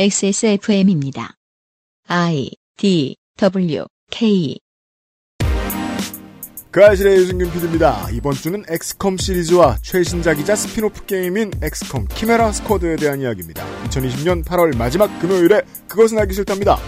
XSFM입니다. I D W K 그 아실의 유승균 PD입니다. 이번 주는 엑스컴 시리즈와 최신작이자 스피노프 게임인 엑스컴 키메라 스쿼드에 대한 이야기입니다. 2020년 8월 마지막 금요일에 그것은 알기 싫답니다.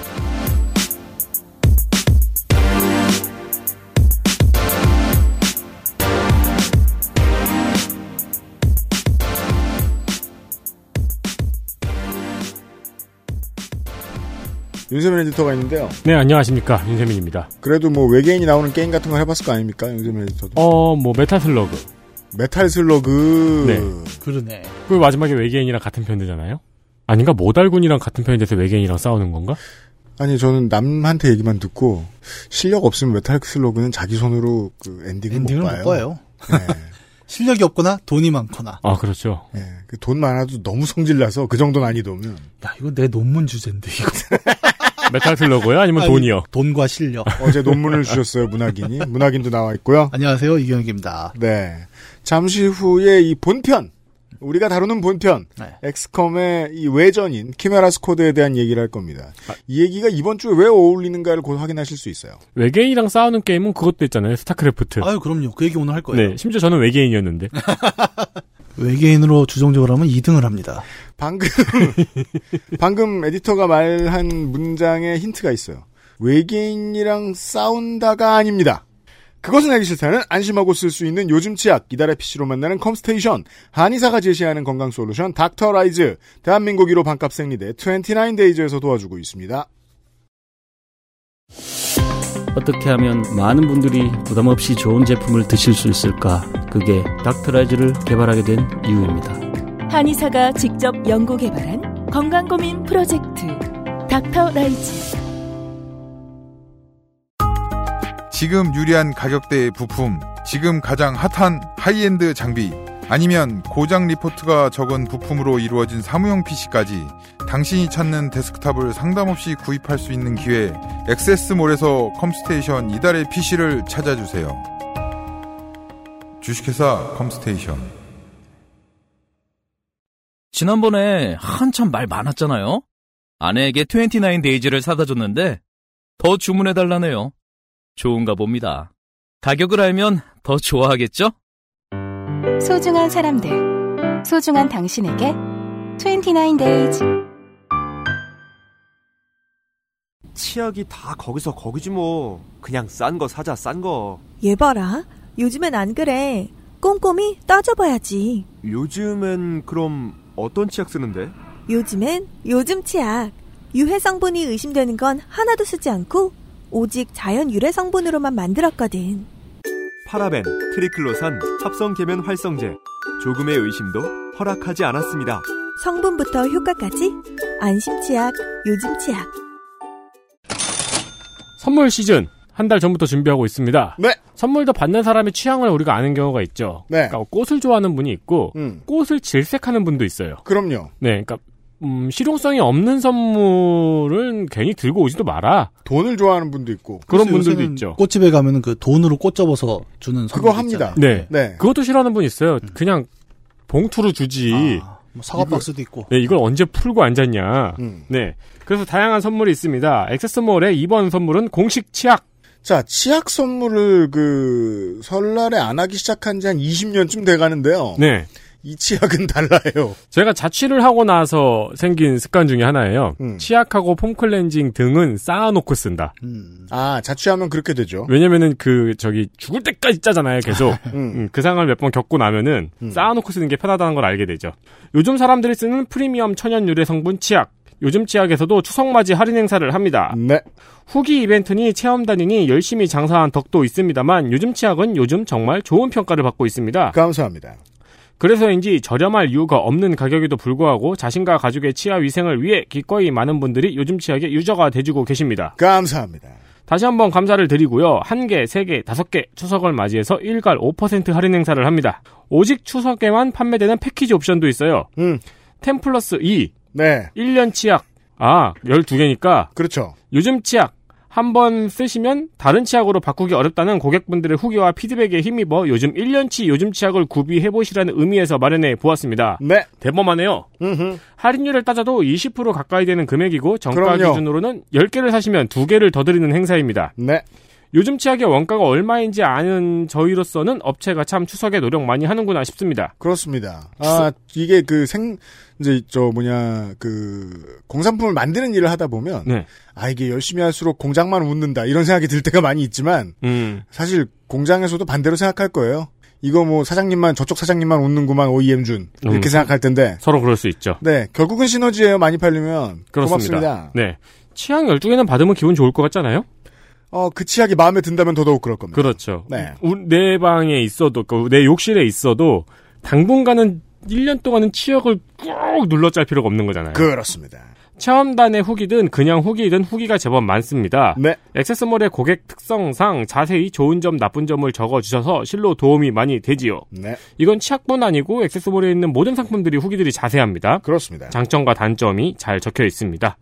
윤세민 에디터가 있는데요. 네, 안녕하십니까. 윤세민입니다. 그래도 뭐 외계인이 나오는 게임 같은 걸 해봤을 거 아닙니까? 윤세민 에디터도. 어, 뭐, 메탈 슬러그. 메탈 슬러그. 네. 그러네. 그 마지막에 외계인이랑 같은 편되잖아요? 아닌가? 모달군이랑 같은 편이 돼서 외계인이랑 싸우는 건가? 아니 저는 남한테 얘기만 듣고 실력 없으면 메탈 슬러그는 자기 손으로 그 엔딩을, 엔딩을 못 봐요. 못 봐요. 네. 실력이 없거나 돈이 많거나. 아, 그렇죠. 네. 그 돈 많아도 너무 성질나서 그 정도 난이도면 야, 이거 내 논문 주제인데, 이거. 메탈 슬러그요? 아니면 아니, 돈이요? 돈과 실력. 어제 논문을 주셨어요 문학인이 문학인도 나와 있고요. 안녕하세요, 이경혁입니다. 네. 잠시 후에 이 본편, 우리가 다루는 본편, 네. 엑스컴의 이 외전인 키메라 스쿼드에 대한 얘기를 할 겁니다. 이 얘기가 이번 주에 왜 어울리는가를 곧 확인하실 수 있어요. 외계인이랑 싸우는 게임은 그것도 있잖아요. 스타크래프트. 아유, 그럼요. 그 얘기 오늘 할 거예요. 네, 심지어 저는 외계인이었는데. 외계인으로 주정적으로 하면 2등을 합니다. 방금, 방금 에디터가 말한 문장에 힌트가 있어요. 외계인이랑 싸운다가 아닙니다. 그것은 알기 싫다는 안심하고 쓸 수 있는 요즘 치약, 이달의 PC로 만나는 컴스테이션, 한의사가 제시하는 건강 솔루션 닥터 라이즈, 대한민국 1호 반값 생리대 29데이즈에서 도와주고 있습니다. 어떻게 하면 많은 분들이 부담 없이 좋은 제품을 드실 수 있을까? 그게 닥터라이즈를 개발하게 된 이유입니다. 한의사가 직접 연구 개발한 건강 고민 프로젝트 닥터 라이즈 지금 유리한 가격대의 부품, 지금 가장 핫한 하이엔드 장비, 아니면 고장 리포트가 적은 부품으로 이루어진 사무용 PC까지 당신이 찾는 데스크탑을 상담 없이 구입할 수 있는 기회, 액세스몰에서 컴스테이션 이달의 PC를 찾아주세요. 주식회사 컴스테이션. 지난번에 한참 말 많았잖아요? 아내에게 29 데이즈를 사다 줬는데 더 주문해 달라네요. 좋은가 봅니다. 가격을 알면 더 좋아하겠죠? 소중한 사람들, 소중한 당신에게 29 days. 치약이 다 거기서 거기지 뭐. 그냥 싼 거 사자 싼 거. 얘 봐라. 요즘엔 안 그래. 꼼꼼히 따져봐야지. 요즘엔 그럼 어떤 치약 쓰는데? 요즘엔 요즘 치약. 유해 성분이 의심되는 건 하나도 쓰지 않고 오직 자연 유래 성분으로만 만들었거든. 파라벤, 트리클로산, 합성 계면 활성제. 조금의 의심도 허락하지 않았습니다. 성분부터 효과까지 안심 치약, 요즘 치약. 선물 시즌. 한 달 전부터 준비하고 있습니다. 네. 선물도 받는 사람의 취향을 우리가 아는 경우가 있죠. 네. 그러니까 꽃을 좋아하는 분이 있고, 음. 꽃을 질색하는 분도 있어요. 그럼요. 네, 그러니까 음, 실용성이 없는 선물은 괜히 들고 오지도 마라. 돈을 좋아하는 분도 있고. 그런 그래서 분들도 요새는 있죠. 꽃집에 가면은 그 돈으로 꽃 접어서 주는 그거 선물 합니다. 있잖아요. 네. 네. 음. 그것도 싫어하는 분 있어요. 그냥 봉투로 주지. 아, 뭐 사과 박스도 있고. 네, 이걸 언제 풀고 앉았냐. 음. 네. 그래서 다양한 선물이 있습니다. 액세스몰의 이번 선물은 공식 치약. 자, 치약 선물을 그 설날에 안 하기 시작한 지 한 20년쯤 돼 가는데요. 네. 이 치약은 달라요. 제가 자취를 하고 나서 생긴 습관 중에 하나예요. 음. 치약하고 폼클렌징 등은 쌓아놓고 쓴다. 음. 아, 자취하면 그렇게 되죠. 왜냐면은 그, 저기, 죽을 때까지 짜잖아요, 계속. 음. 음, 그 상황을 몇 번 겪고 나면은 음. 쌓아놓고 쓰는 게 편하다는 걸 알게 되죠. 요즘 사람들이 쓰는 프리미엄 천연 유래 성분 치약. 요즘 치약에서도 추석 맞이 할인 행사를 합니다. 네. 후기 이벤트니 체험단이니 열심히 장사한 덕도 있습니다만 요즘 치약은 요즘 정말 좋은 평가를 받고 있습니다. 감사합니다. 그래서인지 저렴할 이유가 없는 가격에도 불구하고 자신과 가족의 치아 위생을 위해 기꺼이 많은 분들이 요즘 치약의 유저가 돼주고 계십니다. 감사합니다. 다시 한번 감사를 드리고요. 한 개, 세 개, 다섯 개 추석을 맞이해서 일괄 5% 할인 행사를 합니다. 오직 추석에만 판매되는 패키지 옵션도 있어요. 음. 10 플러스 2, 네. 1년 치약, 아, 12개니까 그렇죠. 요즘 치약, 한 번 쓰시면 다른 치약으로 바꾸기 어렵다는 고객분들의 후기와 피드백에 힘입어 요즘 1년치 요즘 치약을 구비해보시라는 의미에서 마련해 보았습니다. 네. 대범하네요. 할인율을 따져도 20% 가까이 되는 금액이고 정가 그럼요. 기준으로는 10개를 사시면 2개를 더 드리는 행사입니다. 네. 요즘 치약의 원가가 얼마인지 아는 저희로서는 업체가 참 추석에 노력 많이 하는구나 싶습니다. 그렇습니다. 아, 이게 그 생, 이제 저 뭐냐, 그, 공산품을 만드는 일을 하다 보면, 네. 아, 이게 열심히 할수록 공장만 웃는다, 이런 생각이 들 때가 많이 있지만, 음. 사실 공장에서도 반대로 생각할 거예요. 이거 뭐 사장님만, 저쪽 사장님만 웃는구만, OEM 준. 이렇게 음. 생각할 텐데, 서로 그럴 수 있죠. 네, 결국은 시너지예요. 많이 팔리면. 그렇습니다. 고맙습니다. 네. 치약 12개는 받으면 기분 좋을 것 같잖아요? 어, 그 치약이 마음에 든다면 더더욱 그럴 겁니다. 그렇죠. 네. 우- 내 방에 있어도, 그, 내 욕실에 있어도 당분간은 1년 동안은 치약을 꾹 눌러 짤 필요가 없는 거잖아요. 그렇습니다. 체험단의 후기든 그냥 후기든 후기가 제법 많습니다. 네. 액세스몰의 고객 특성상 자세히 좋은 점, 나쁜 점을 적어주셔서 실로 도움이 많이 되지요. 네. 이건 치약뿐 아니고 액세스몰에 있는 모든 상품들이 후기들이 자세합니다. 그렇습니다. 장점과 단점이 잘 적혀 있습니다.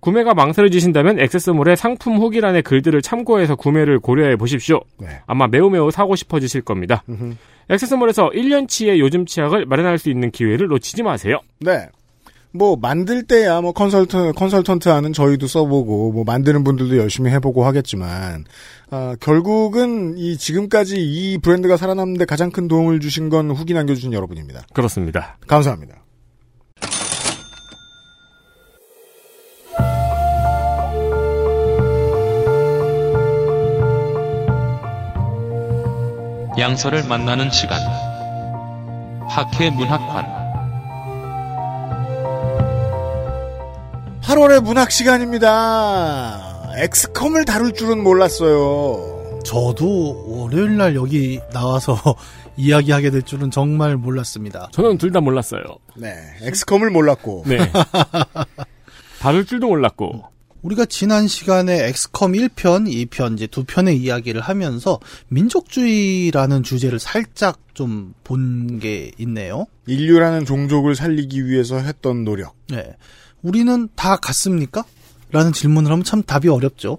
구매가 망설여지신다면 액세스몰의 상품 후기란의 글들을 참고해서 구매를 고려해 보십시오. 아마 매우 매우 사고 싶어지실 겁니다. 액세스몰에서 1년치의 요즘 치약을 마련할 수 있는 기회를 놓치지 마세요. 네. 뭐 만들 때야 뭐 컨설턴 컨설턴트 하는 저희도 써보고 뭐 만드는 분들도 열심히 해보고 하겠지만 아, 결국은 이 지금까지 이 브랜드가 살아남는데 가장 큰 도움을 주신 건 후기 남겨주신 여러분입니다. 그렇습니다. 감사합니다. 양서를 만나는 시간. 학회 문학관. 8월의 문학 시간입니다. 엑스컴을 다룰 줄은 몰랐어요. 저도 월요일 날 여기 나와서 이야기하게 될 줄은 정말 몰랐습니다. 저는 둘 다 몰랐어요. 네, 엑스컴을 몰랐고. 네. 다룰 줄도 몰랐고. 우리가 지난 시간에 엑스컴 1편, 2편 이제 두 편의 이야기를 하면서 민족주의라는 주제를 살짝 좀 본 게 있네요. 인류라는 종족을 살리기 위해서 했던 노력. 네. 우리는 다 같습니까? 라는 질문을 하면 참 답이 어렵죠.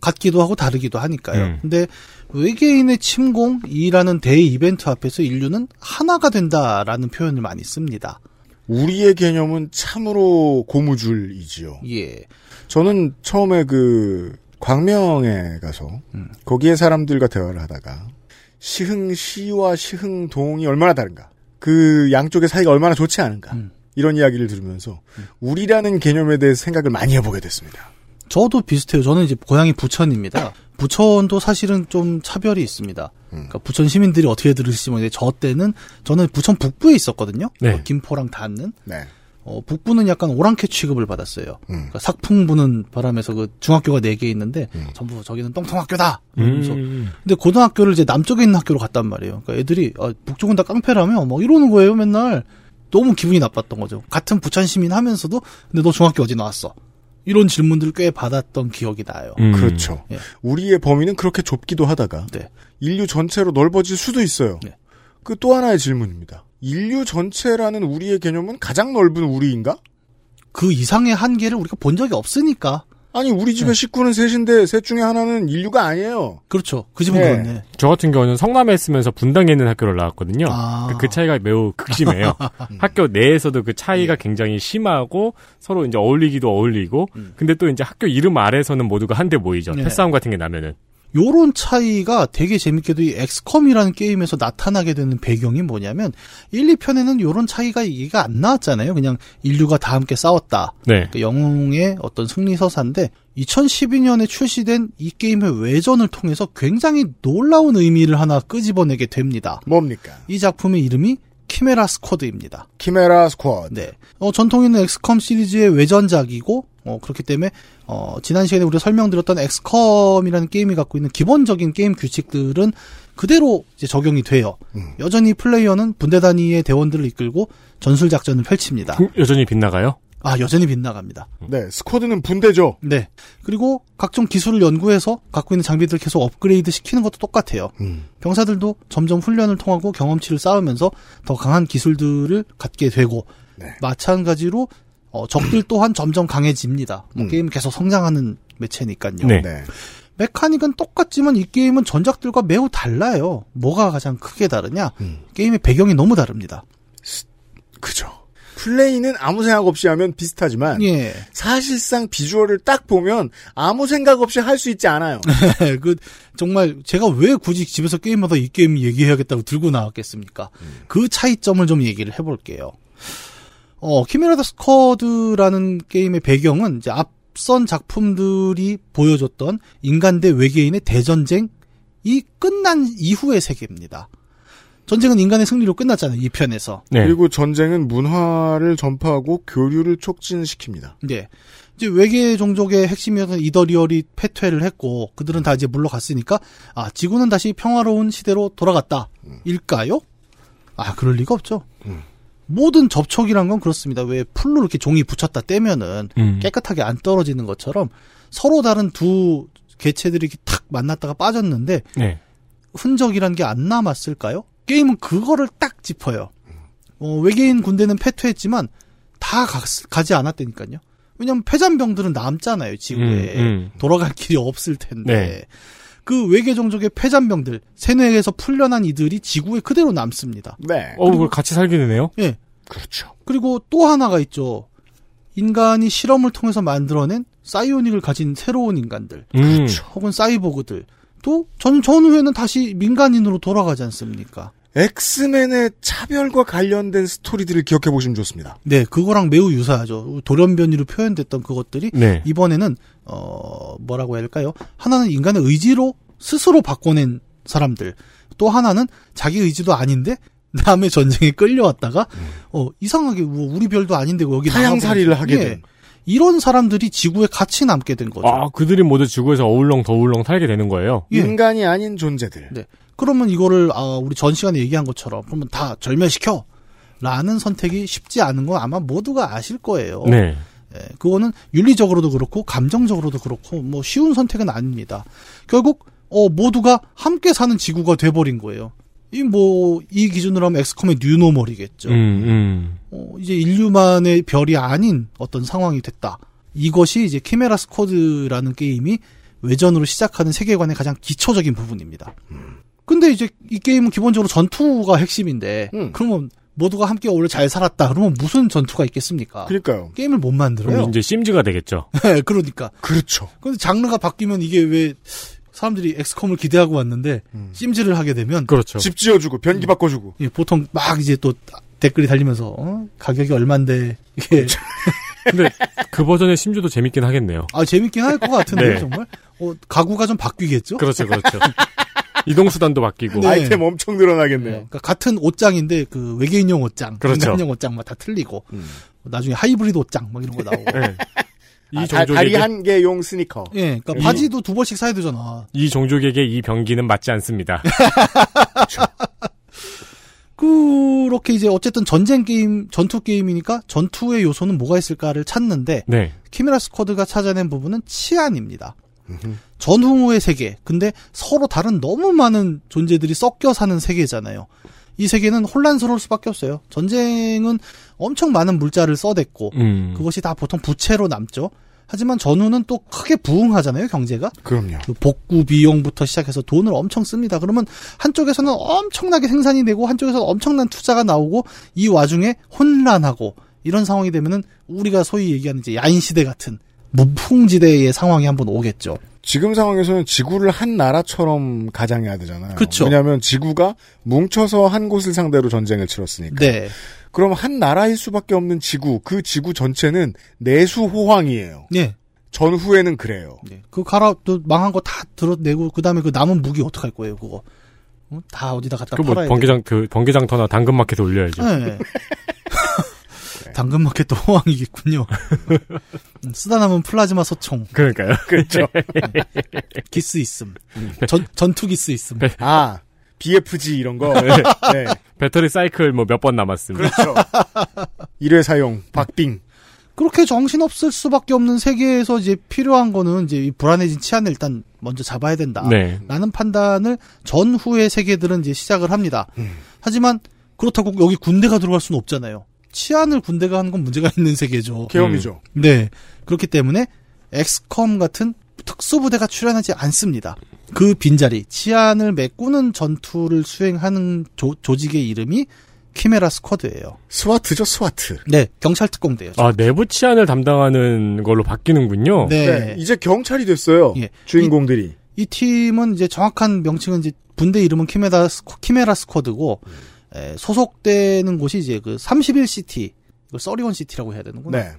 같기도 하고 다르기도 하니까요. 음. 근데 외계인의 침공이라는 대의 이벤트 앞에서 인류는 하나가 된다라는 표현을 많이 씁니다. 우리의 개념은 참으로 고무줄이지요. 예. 저는 처음에 그 광명에 가서 거기에 사람들과 대화를 하다가 시흥시와 시흥동이 얼마나 다른가, 그 양쪽의 사이가 얼마나 좋지 않은가 이런 이야기를 들으면서 우리라는 개념에 대해서 생각을 많이 해보게 됐습니다. 저도 비슷해요. 저는 이제 고향이 부천입니다. 부천도 사실은 좀 차별이 있습니다. 그러니까 부천 시민들이 어떻게 들으실지 모르겠는데 저 때는 저는 부천 북부에 있었거든요. 네. 어, 김포랑 닿는. 네. 어, 북부는 약간 오랑캐 취급을 받았어요. 그러니까 삭풍 부는 바람에서 그 중학교가 네 개 있는데 전부 저기는 똥통학교다. 음. 이러면서. 근데 고등학교를 이제 남쪽에 있는 학교로 갔단 말이에요. 그러니까 애들이 아, 북쪽은 다 깡패라며 막 이러는 거예요. 맨날 너무 기분이 나빴던 거죠. 같은 부천 시민 하면서도 근데 너 중학교 어디 나왔어? 이런 질문들을 꽤 받았던 기억이 나요. 음. 그렇죠. 예. 우리의 범위는 그렇게 좁기도 하다가 인류 전체로 넓어질 수도 있어요. 그 또 하나의 질문입니다. 인류 전체라는 우리의 개념은 가장 넓은 우리인가? 그 이상의 한계를 우리가 본 적이 없으니까. 아니 우리 집에 식구는 셋인데 셋 중에 하나는 인류가 아니에요. 그렇죠. 저 같은 경우는 성남에 있으면서 분당에 있는 학교를 나왔거든요. 그- 그 차이가 매우 극심해요. 학교 내에서도 그 차이가 굉장히 심하고 서로 이제 어울리기도 어울리고 근데 또 이제 학교 이름 아래서는 모두가 한데 모이죠. 네. 패싸움 같은 게 나면은. 요런 차이가 되게 재밌게도 이 엑스컴이라는 게임에서 나타나게 되는 배경이 뭐냐면 1, 2편에는 요런 차이가 얘기가 안 나왔잖아요. 그냥 인류가 다 함께 싸웠다. 네. 그 영웅의 어떤 승리 서사인데 2012년에 출시된 이 게임의 외전을 통해서 굉장히 놀라운 의미를 하나 끄집어내게 됩니다. 뭡니까? 이 작품의 이름이 키메라 스쿼드입니다. 키메라 스쿼드. 네. 어, 전통 있는 엑스컴 시리즈의 외전작이고 어, 그렇기 때문에 어, 지난 시간에 우리가 설명드렸던 엑스컴이라는 게임이 갖고 있는 기본적인 게임 규칙들은 그대로 이제 적용이 돼요. 여전히 플레이어는 분대 단위의 대원들을 이끌고 전술 작전을 펼칩니다. 여전히 빗나가요? 아, 여전히 빗나갑니다. 네, 스쿼드는 분대죠. 네. 그리고 각종 기술을 연구해서 갖고 있는 장비들을 계속 업그레이드 시키는 것도 똑같아요. 음, 병사들도 점점 훈련을 통하고 경험치를 쌓으면서 더 강한 기술들을 갖게 되고 마찬가지로 어, 적들 또한 점점 강해집니다. 뭐 게임 계속 성장하는 매체니까요. 예. 네. 메카닉은 똑같지만 이 게임은 전작들과 매우 달라요. 뭐가 가장 크게 다르냐? 게임의 배경이 너무 다릅니다. 플레이는 아무 생각 없이 하면 비슷하지만 예. 사실상 비주얼을 딱 보면 아무 생각 없이 할 수 있지 않아요. 그 정말 제가 왜 굳이 집에서 게임하다 이 게임 얘기해야겠다고 들고 나왔겠습니까? 그 차이점을 좀 얘기를 해볼게요. 어, 키메라더 스쿼드라는 게임의 배경은 이제 앞선 작품들이 보여줬던 인간 대 외계인의 대전쟁이 끝난 이후의 세계입니다. 전쟁은 인간의 승리로 끝났잖아요, 이 편에서. 네. 그리고 전쟁은 문화를 전파하고 교류를 촉진시킵니다. 네. 이제 외계 종족의 핵심이었던 이더리얼이 패퇴를 했고 그들은 다 이제 물러갔으니까 아 지구는 다시 평화로운 시대로 돌아갔다 일까요? 아 그럴 리가 없죠. 모든 접촉이란 건 그렇습니다. 왜 풀로 이렇게 종이 붙였다 떼면은 음. 깨끗하게 안 떨어지는 것처럼 서로 다른 두 개체들이 이렇게 탁 만났다가 빠졌는데 네. 흔적이란 게 안 남았을까요? 게임은 그거를 딱 짚어요. 어, 외계인 군대는 패퇴했지만 다 가, 지 않았다니까요. 왜냐면 패잔병들은 남잖아요, 지구에. 음, 음. 돌아갈 길이 없을 텐데. 네. 그 외계 종족의 패잔병들, 세뇌에서 풀려난 이들이 지구에 그대로 남습니다. 네. 어, 그걸 같이 살게 되네요. 예. 그렇죠. 그리고 또 하나가 있죠. 인간이 실험을 통해서 만들어낸 사이오닉을 가진 새로운 인간들. 그렇죠. 혹은 사이보그들. 또, 전, 전후에는 다시 민간인으로 돌아가지 않습니까? 엑스맨의 차별과 관련된 스토리들을 기억해 보시면 좋습니다. 네, 그거랑 매우 유사하죠. 돌연변이로 표현됐던 그것들이 네. 이번에는 어 뭐라고 해야 할까요? 하나는 인간의 의지로 스스로 바꿔낸 사람들, 또 하나는 자기 의지도 아닌데 남의 전쟁에 끌려왔다가 어 이상하게 뭐 우리 별도 아닌데 여기 음. 타향살이를 나가버린- 하게 예. 된. 이런 사람들이 지구에 같이 남게 된 거죠. 아, 그들이 모두 지구에서 어울렁 더울렁 살게 되는 거예요. 인간이 아닌 존재들. 네. 그러면 이거를 아, 우리 전 시간에 얘기한 것처럼 그러면 다 절멸시켜 라는 선택이 쉽지 않은 건 아마 모두가 아실 거예요. 네. 예, 그거는 윤리적으로도 그렇고 감정적으로도 그렇고 뭐 쉬운 선택은 아닙니다. 결국 어, 모두가 함께 사는 지구가 돼버린 거예요. 이 뭐 이 기준으로 하면 엑스컴의 뉴노멀이겠죠. 음, 어, 이제 인류만의 별이 아닌 어떤 상황이 됐다. 이것이 이제 키메라 스쿼드라는 게임이 외전으로 시작하는 세계관의 가장 기초적인 부분입니다. 근데 이제 이 게임은 기본적으로 전투가 핵심인데, 그러면 모두가 함께 오래 잘 살았다. 그러면 무슨 전투가 있겠습니까? 그러니까요. 게임을 못 그럼 만들어요. 이제 심즈가 되겠죠. 네, 그러니까. 그렇죠. 근데 장르가 바뀌면 이게 왜 사람들이 엑스컴을 기대하고 왔는데 심즈를 하게 되면 그렇죠. 집 지어주고 변기 바꿔주고 예, 보통 막 이제 또 댓글이 달리면서 어? 가격이 얼만데 이게 근데 그 버전의 심즈도 재밌긴 하겠네요. 아 재밌긴 할 것 같은데 네. 요 정말 어, 가구가 좀 바뀌겠죠? 그렇죠, 그렇죠. 이동 수단도 바뀌고 네. 아이템 엄청 늘어나겠네요. 그러니까 같은 옷장인데 그 외계인용 옷장, 그렇죠. 음. 인간용 옷장 막 다 틀리고 나중에 하이브리드 옷장 막 이런 거 나오고 네. 이 아, 다, 종족에게 다리 한 개용 스니커. 예, 그러니까 이- 바지도 두 벌씩 사야 되잖아. 이 종족에게 이 병기는 맞지 않습니다. 그렇게 이제 어쨌든 전쟁 게임, 전투 게임이니까 전투의 요소는 뭐가 있을까를 찾는데 네. 키메라 스쿼드가 찾아낸 부분은 치안입니다. 전후의 세계. 근데 서로 다른 너무 많은 존재들이 섞여 사는 세계잖아요. 이 세계는 혼란스러울 수밖에 없어요. 전쟁은 엄청 많은 물자를 써댔고 음. 그것이 다 보통 부채로 남죠. 하지만 전후는 또 크게 부흥하잖아요, 경제가. 그럼요. 그 복구 비용부터 시작해서 돈을 엄청 씁니다. 그러면 한쪽에서는 엄청나게 생산이 되고 한쪽에서는 엄청난 투자가 나오고 이 와중에 혼란하고 이런 상황이 되면은 우리가 소위 얘기하는 이제 야인 시대 같은 무풍지대의 상황이 한번 오겠죠. 지금 상황에서는 지구를 한 나라처럼 가장해야 되잖아요. 그쵸. 왜냐하면 지구가 뭉쳐서 한 곳을 상대로 전쟁을 치렀으니까. 네. 그럼 한 나라일 수밖에 없는 지구, 그 지구 전체는 내수 호황이에요. 네. 전후에는 그래요. 그 가라 또 망한 거 다 들어내고 그다음에 그 남은 무기 어떡할 거예요, 그거. 어? 다 어디다 갖다 그 뭐 팔아야 돼. 번개장 그 번개장터나 당근마켓에 올려야죠. 네. 당근마켓도 호황이겠군요. 음, 쓰다 남은 플라즈마 소총. 그러니까요. 그렇죠. 기스 있음. 전, 전투 기스 있음. 아, BFG 이런 거. 네. 배터리 사이클 뭐 몇 번 남았습니다. 그렇죠. 일회 사용, 박빙. 그렇게 정신없을 수밖에 없는 세계에서 이제 필요한 거는 이제 이 불안해진 치안을 일단 먼저 잡아야 된다. 네. 라는 판단을 전후의 세계들은 이제 시작을 합니다. 하지만 그렇다고 여기 군대가 들어갈 수는 없잖아요. 치안을 군대가 하는 건 문제가 있는 세계죠. 계엄이죠. 음. 네. 그렇기 때문에 엑스컴 같은 특수부대가 출연하지 않습니다. 그 빈자리, 치안을 메꾸는 전투를 수행하는 조, 조직의 이름이 키메라 스쿼드예요. 스와트죠, 스와트. 네, 경찰 특공대요. 아, 내부 치안을 담당하는 걸로 바뀌는군요. 네. 이제 경찰이 됐어요. 예. 주인공들이. 이 팀은 이제 정확한 명칭은 이제 분대 이름은 키메라 스쿼, 키메라 스쿼드고 에, 소속되는 곳이 이제 그 31시티, 이걸 서리원 시티라고 해야 되는구나. 네.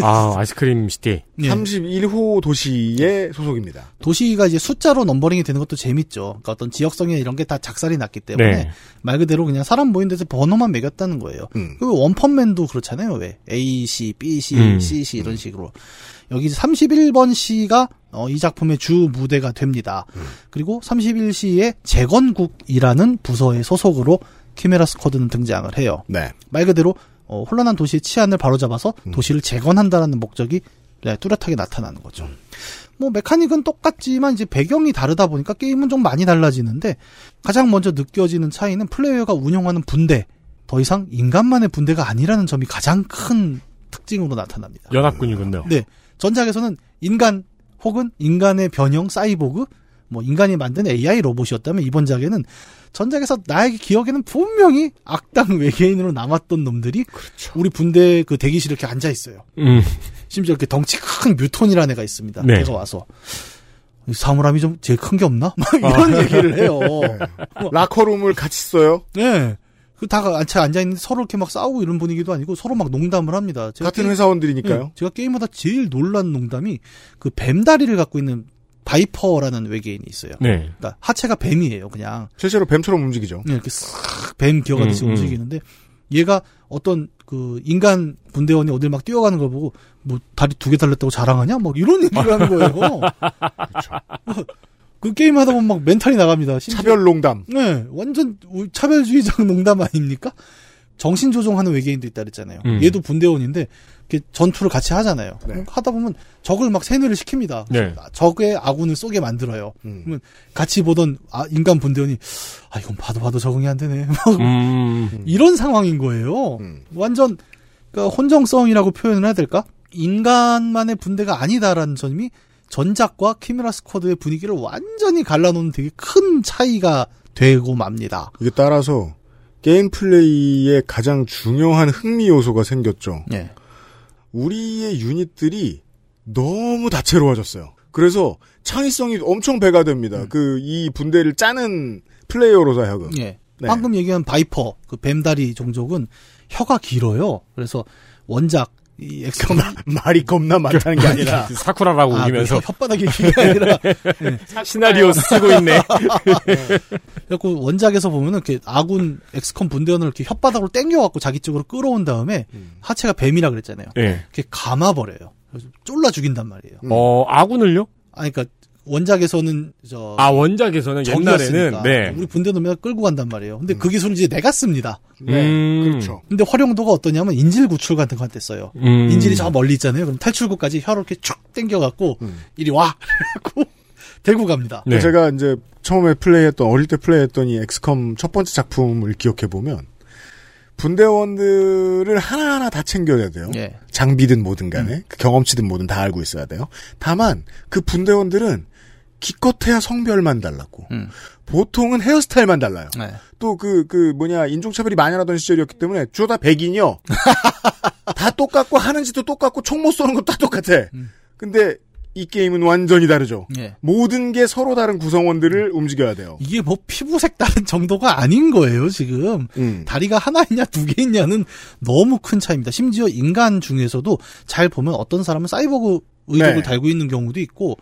아, 아이스크림 시티. 예. 31호 도시의 소속입니다. 도시가 이제 숫자로 넘버링이 되는 것도 재밌죠. 그러니까 어떤 지역성이나 이런 게 다 작살이 났기 때문에 네. 말 그대로 그냥 사람 모인 데서 번호만 매겼다는 거예요. 그리고 원펀맨도 그렇잖아요. 왜 A, C, B, C, 음. C, C 이런 식으로 여기 31번 C가 어, 이 작품의 주 무대가 됩니다. 그리고 31C의 재건국이라는 부서의 소속으로 키메라 스쿼드는 등장을 해요. 네. 말 그대로 어, 혼란한 도시의 치안을 바로잡아서 도시를 재건한다라는 목적이 네, 뚜렷하게 나타나는 거죠. 뭐 메카닉은 똑같지만 이제 배경이 다르다 보니까 게임은 좀 많이 달라지는데 가장 먼저 느껴지는 차이는 플레이어가 운영하는 분대 더 이상 인간만의 분대가 아니라는 점이 가장 큰 특징으로 나타납니다. 연합군이군요. 네. 전작에서는 인간 혹은 인간의 변형 사이보그 뭐 인간이 만든 AI 로봇이었다면 이번 작에는 전작에서 나의 기억에는 분명히 악당 외계인으로 남았던 놈들이 그렇죠. 우리 분대 그 대기실에 이렇게 앉아 있어요. 음. 심지어 이렇게 덩치 큰 뮤톤이라는 애가 있습니다. 네. 걔가 와서 사물함이 좀 제일 큰 게 없나? 막 이런 아. 얘기를 해요. 네. 라커룸을 같이 써요. 네. 그다 같이 앉아 있는 서로 이렇게 막 싸우고 이런 분위기도 아니고 서로 막 농담을 합니다. 같은 회사원들이니까요. 네, 제가 게임마다 제일 놀란 농담이 그 뱀다리를 갖고 있는 바이퍼라는 외계인이 있어요. 네. 그러니까 하체가 뱀이에요, 그냥. 실제로 뱀처럼 움직이죠. 네, 이렇게 싹 뱀 기어가듯이 음, 음. 움직이는데 얘가 어떤 그 인간 분대원이 어딜 막 뛰어가는 걸 보고 뭐 다리 두 개 달렸다고 자랑하냐? 막 이런 얘기를 하는 거예요. 그 게임 하다 보면 막 멘탈이 나갑니다. 차별 농담. 네, 완전 우- 차별주의적 농담 아닙니까? 정신 조종하는 외계인도 있다 그랬잖아요. 음. 얘도 분대원인데 이렇게 전투를 같이 하잖아요. 하다 보면 적을 막 세뇌를 시킵니다. 네. 적의 아군을 쏘게 만들어요. 음. 그러면 같이 보던 아, 인간 분대원이 아 이건 봐도 봐도 적응이 안 되네. 막 음. 이런 상황인 거예요. 완전 그러니까 혼정성이라고 표현을 해야 될까? 인간만의 분대가 아니다라는 점이 전작과 키메라 스쿼드의 분위기를 완전히 갈라놓는 되게 큰 차이가 되고 맙니다. 이게 따라서 게임 플레이의 가장 중요한 흥미 요소가 생겼죠. 예. 네. 우리의 유닛들이 너무 다채로워졌어요. 그래서 창의성이 엄청 배가 됩니다. 그 이 분대를 짜는 플레이어로서 하여금. 예. 네. 방금 얘기한 바이퍼, 그 뱀다리 종족은 혀가 길어요. 그래서 원작, 이 엑스컴. 그 말이 겁나 많다는 게 아니라. 네. 사쿠라라고 울리면서. 혓바닥이 길게 아니라. 네. 시나리오 쓰고 있네. 그래갖고 원작에서 보면은 이렇게 아군 엑스컴 분대원을 이렇게 혓바닥으로 땡겨갖고 자기 쪽으로 끌어온 다음에 하체가 뱀이라 그랬잖아요. 예. 이렇게 감아버려요. 그래서 쫄라 죽인단 말이에요. 어, 아군을요? 아니, 그니까, 원작에서는, 저. 아, 원작에서는 적이었으니까 음. 옛날에는, 네. 음. 우리 분대 놈이 끌고 간단 말이에요. 근데 그 기술을 이제 내가 씁니다. 네, 그렇죠. 근데 활용도가 어떠냐면 인질 구출 같은 거 할 때 써요. 음. 인질이 저 멀리 있잖아요. 그럼 탈출구까지 혀로 이렇게 쭉 당겨갖고 이리 와! 그래갖고 데리고 갑니다. 제가 이제 처음에 플레이했던 어릴 때 플레이했던 이 엑스컴 첫 번째 작품을 기억해 보면 분대원들을 하나하나 다 챙겨야 돼요. 예. 장비든 뭐든 간에 그 경험치든 뭐든 다 알고 있어야 돼요. 다만 그 분대원들은 기껏해야 성별만 달랐고 음. 보통은 헤어스타일만 달라요. 네. 또 그 그 뭐냐 인종차별이 만연하던 시절이었기 때문에 주로 다 백인이요. 다 똑같고 하는 짓도 똑같고 총 못 쏘는 것도 다 똑같아. 음. 근데 이 게임은 완전히 다르죠. 예. 모든 게 서로 다른 구성원들을 움직여야 돼요. 이게 뭐 피부색 다른 정도가 아닌 거예요, 지금. 음. 다리가 하나 있냐, 두 개 있냐는 너무 큰 차이입니다. 심지어 인간 중에서도 잘 보면 어떤 사람은 사이버그 의족을 네. 달고 있는 경우도 있고,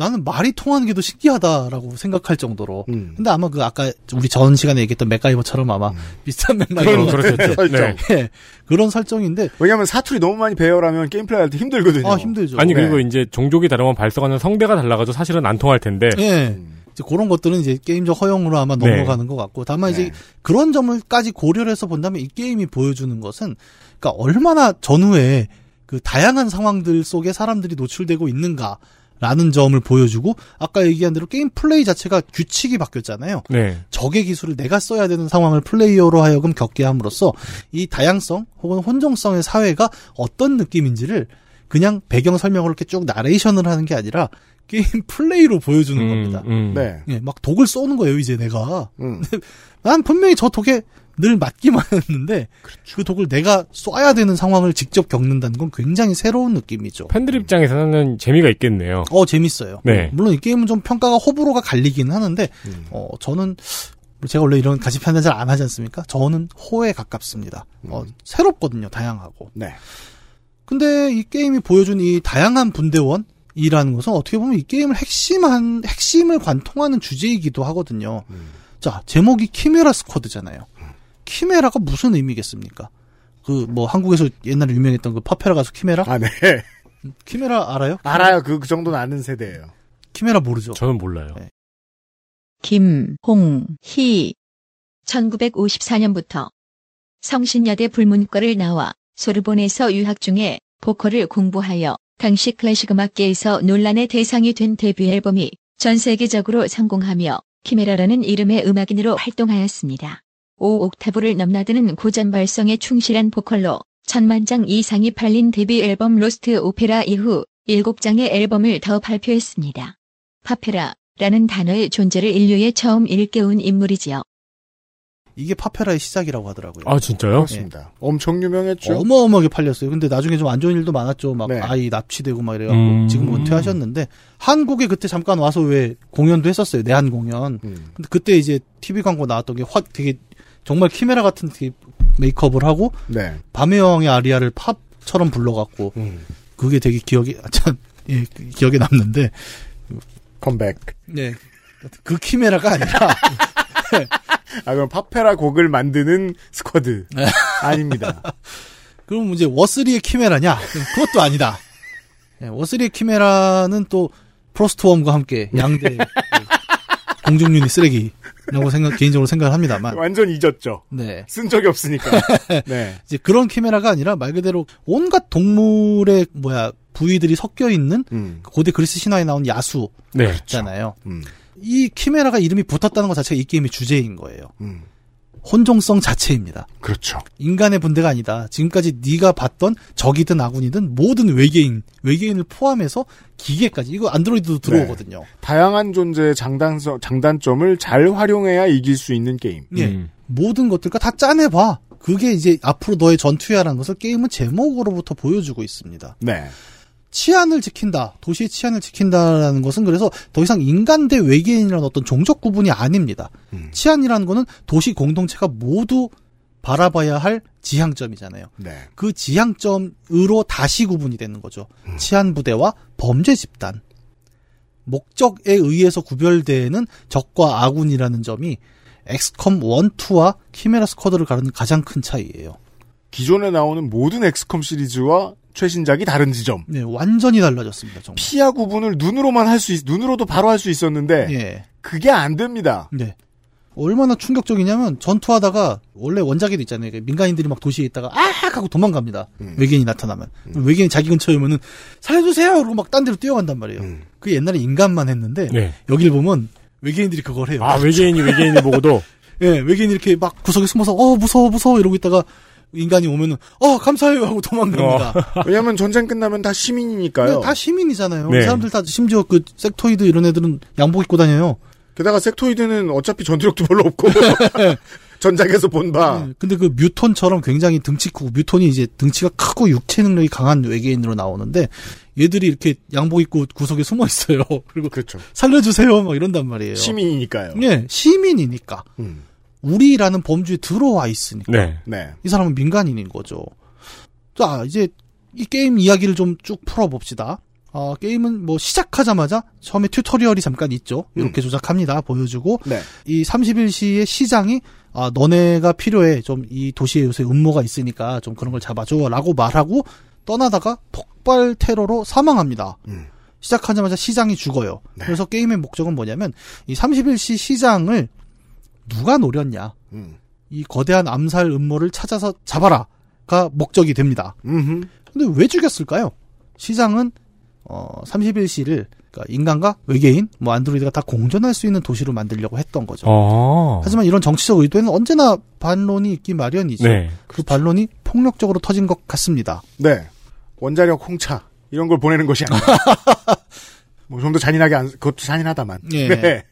나는 말이 통하는 게 더 신기하다라고 생각할 정도로. 음. 근데 아마 그 아까 우리 전 시간에 얘기했던 맥가이버처럼 아마 비슷한 맥락으로. 그런 그렇겠죠. 설정. 네. 예, 그런 설정인데. 왜냐면 하 사투리 너무 많이 배열하면 게임 플레이할 때 힘들거든요. 아, 힘들죠. 네. 아니, 그리고 이제 종족이 다르면 발성하는 성대가 달라가지고 사실은 안 통할 텐데. 예. 이제 그런 것들은 이제 게임적 허용으로 아마 네. 넘어가는 것 같고 다만 이제 그런 점을까지 고려를 해서 본다면 이 게임이 보여주는 것은 그러니까 얼마나 전후에 그 다양한 상황들 속에 사람들이 노출되고 있는가라는 점을 보여주고 아까 얘기한 대로 게임 플레이 자체가 규칙이 바뀌었잖아요. 네. 적의 기술을 내가 써야 되는 상황을 플레이어로 하여금 겪게 함으로써 이 다양성 혹은 혼종성의 사회가 어떤 느낌인지를 그냥 배경 설명을 이렇게 쭉 나레이션을 하는 게 아니라 게임 플레이로 보여주는 음. 음, 겁니다. 네. 예, 막 독을 쏘는 거예요, 이제 내가. 음. 근데 난 분명히 저 독에 늘 맞기만 했는데 그 독을 내가 쏴야 되는 상황을 직접 겪는다는 건 굉장히 새로운 느낌이죠. 팬들 입장에서는 재미가 있겠네요. 어, 재밌어요. 네. 물론 이 게임은 좀 평가가 호불호가 갈리긴 하는데, 어, 저는, 제가 원래 이런 가치 판단 잘 안 하지 않습니까? 저는 호에 가깝습니다. 어, 새롭거든요, 다양하고. 네. 근데 이 게임이 보여준 이 다양한 분대원이라는 것은 어떻게 보면 이 게임을 핵심한, 핵심을 관통하는 주제이기도 하거든요. 자, 제목이 키메라 스쿼드잖아요. 키메라가 무슨 의미겠습니까? 그, 뭐, 한국에서 옛날에 유명했던 그 파페라 가수 키메라? 아, 네. 키메라 알아요? 알아요. 그, 그 정도는 아는 세대예요. 키메라 모르죠? 저는 몰라요. 김홍희 1954년부터 성신여대 불문과를 나와 소르본에서 유학 중에 보컬을 공부하여 당시 클래식 음악계에서 논란의 대상이 된 데뷔 앨범이 전 세계적으로 성공하며 키메라라는 이름의 음악인으로 활동하였습니다. 5옥타브를 넘나드는 고전 발성에 충실한 보컬로 천만 장 이상이 팔린 데뷔 앨범 로스트 오페라 이후 7장의 앨범을 더 발표했습니다. 파페라라는 단어의 존재를 인류에 처음 일깨운 인물이지요. 이게 파페라의 시작이라고 하더라고요. 아, 진짜요? 그렇습니다. 엄청 유명했죠. 네. 어마어마하게 팔렸어요. 근데 나중에 좀 안 좋은 일도 많았죠. 막 아이 납치되고 막 이래갖고 음. 지금 은퇴하셨는데 한국에 그때 잠깐 와서 왜 공연도 했었어요. 내한 공연. 음. 근데 그때 이제 TV 광고 나왔던 게 확 되게 정말 키메라 같은 되게 메이크업을 하고 네. 밤의 여왕의 아리아를 팝처럼 불러갖고 음. 그게 되게 기억이 아, 참 예, 그 기억에 남는데 컴백. 네. 그 키메라가 아니라 아, 그럼 파페라 곡을 만드는 스쿼드. 아닙니다. 그럼 이제 워스리의 키메라냐? 그럼 그것도 아니다. 네, 워스리의 키메라는 또 프로스트웜과 함께 양대 그 공중윤이 쓰레기라고 생각 개인적으로 생각을 합니다만 완전 잊었죠. 네. 쓴 적이 없으니까. 네. 이제 그런 키메라가 아니라 말 그대로 온갖 동물의 뭐야 부위들이 섞여 있는 음. 그 고대 그리스 신화에 나온 야수 네. 있잖아요. 이 키메라가 이름이 붙었다는 것 자체가 이 게임의 주제인 거예요. 음. 혼종성 자체입니다. 그렇죠. 인간의 분대가 아니다. 지금까지 네가 봤던 적이든 아군이든 모든 외계인, 외계인을 포함해서 기계까지 이거 안드로이드도 들어오거든요. 다양한 존재의 장단서, 장단점을 잘 활용해야 이길 수 있는 게임. 예. 모든 것들과 다 짜내봐. 그게 이제 앞으로 너의 전투야라는 것을 게임은 제목으로부터 보여주고 있습니다. 네. 치안을 지킨다, 도시의 치안을 지킨다라는 것은 그래서 더 이상 인간 대 외계인이라는 어떤 종족 구분이 아닙니다. 치안이라는 거는 도시 공동체가 모두 바라봐야 할 지향점이잖아요. 네. 그 지향점으로 다시 구분이 되는 거죠. 치안 부대와 범죄 집단. 목적에 의해서 구별되는 적과 아군이라는 점이 엑스컴 1, 2와 키메라 스쿼드를 가르는 가장 큰 차이예요. 기존에 나오는 모든 엑스컴 시리즈와 최신작이 다른 지점. 네, 완전히 달라졌습니다. 정말. 피아 구분을 눈으로만 할 수, 있, 눈으로도 바로 할 수 있었는데. 예. 그게 안 됩니다. 네. 얼마나 충격적이냐면 전투하다가 원래 원작에도 있잖아요. 그러니까 민간인들이 막 도시에 있다가 아 하고 도망갑니다. 외계인이 나타나면 그럼 외계인이 자기 근처에 오면은 살려주세요 이러고 막 딴 데로 뛰어간단 말이에요. 그게 옛날에 인간만 했는데 네. 여길 보면 외계인들이 그걸 해요. 아, 외계인이 외계인을 보고도? 예, 외계인이 이렇게 막 구석에 숨어서 어 무서워 무서워 이러고 있다가 인간이 오면은 어 감사해요 하고 도망갑니다. 왜냐면 하 전쟁 끝나면 다 시민이니까요. 네, 다 시민이잖아요. 네. 이 사람들 다 심지어 그 섹토이드 이런 애들은 양복 입고 다녀요. 게다가 섹토이드는 어차피 전투력도 별로 없고 예. 전작에서 본 바. 근데 그 뮤톤처럼 굉장히 등치 크고 뮤톤이 이제 등치가 크고 육체 능력이 강한 외계인으로 나오는데 얘들이 이렇게 양복 입고 구석에 숨어 있어요. 그리고 살려주세요 막 이런단 말이에요. 그렇죠. 시민이니까요. 음. 예, 시민이니까 우리라는 범주에 들어와 있으니까 네. 네. 이 사람은 민간인인 거죠. 자 이제 이 게임 이야기를 좀 쭉 풀어봅시다. 아, 게임은 뭐 시작하자마자 처음에 튜토리얼이 잠깐 있죠. 이렇게 조작합니다. 보여주고 네. 이 31시의 시장이 아, 너네가 필요해. 좀 이 도시에 요새 음모가 있으니까 좀 그런 걸 잡아줘라고 말하고 떠나다가 폭발 테러로 사망합니다. 시작하자마자 시장이 죽어요. 그래서 게임의 목적은 뭐냐면 이 31시 시장을 누가 노렸냐? 이 거대한 암살 음모를 찾아서 잡아라가 목적이 됩니다. 근데 왜 죽였을까요? 시장은 어 31시를 그러니까 인간과 외계인, 뭐 안드로이드가 다 공존할 수 있는 도시로 만들려고 했던 거죠. 어. 하지만 이런 정치적 의도에는 언제나 반론이 있기 마련이죠. 네. 그 반론이 폭력적으로 터진 것 같습니다. 네. 원자력 홍차. 이런 걸 보내는 것이 아니라 뭐 좀 더 잔인하게 안- 그것도 잔인하다만. 예. 네.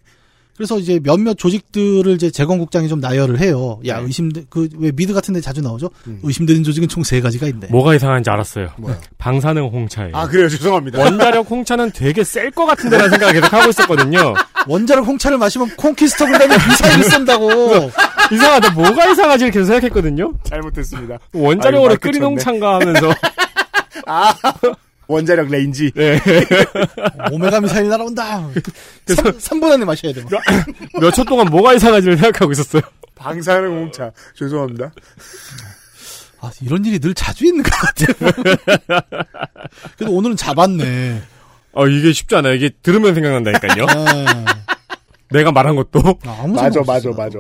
그래서 이제 몇몇 조직들을 이제 재건국장이 좀 나열을 해요. 야 의심돼 그 왜 미드 같은 데 자주 나오죠? 의심되는 조직은 총 세 가지가 있네. 뭐가 이상한지 알았어요. 방사능 홍차예요. 아, 그래요? 죄송합니다. 원자력 홍차는 되게 셀 것 같은데라는 생각을 계속 하고 있었거든요. 원자력 홍차를 마시면 콘키스터 군단이 미사일을 쏜다고. 이상하다. 뭐가 이상하지? 계속 생각했거든요. 잘못했습니다. 원자력으로 아이고, 끓인 말 홍차인가 하면서. 아, 원자력 레인지. 오메가 미사일 날아온다. 3, 분 안에 마셔야 돼요. 몇 초 동안 뭐가 이상하지를 생각하고 있었어요. 방사능 홍차. 죄송합니다. 아, 이런 일이 늘 자주 있는 것 같아요. 그래도 오늘은 잡았네. 어, 이게 쉽지 않아요. 이게 들으면 생각난다니까요. 네. 내가 말한 것도. 아무 맞아, 생각 맞아, 맞아.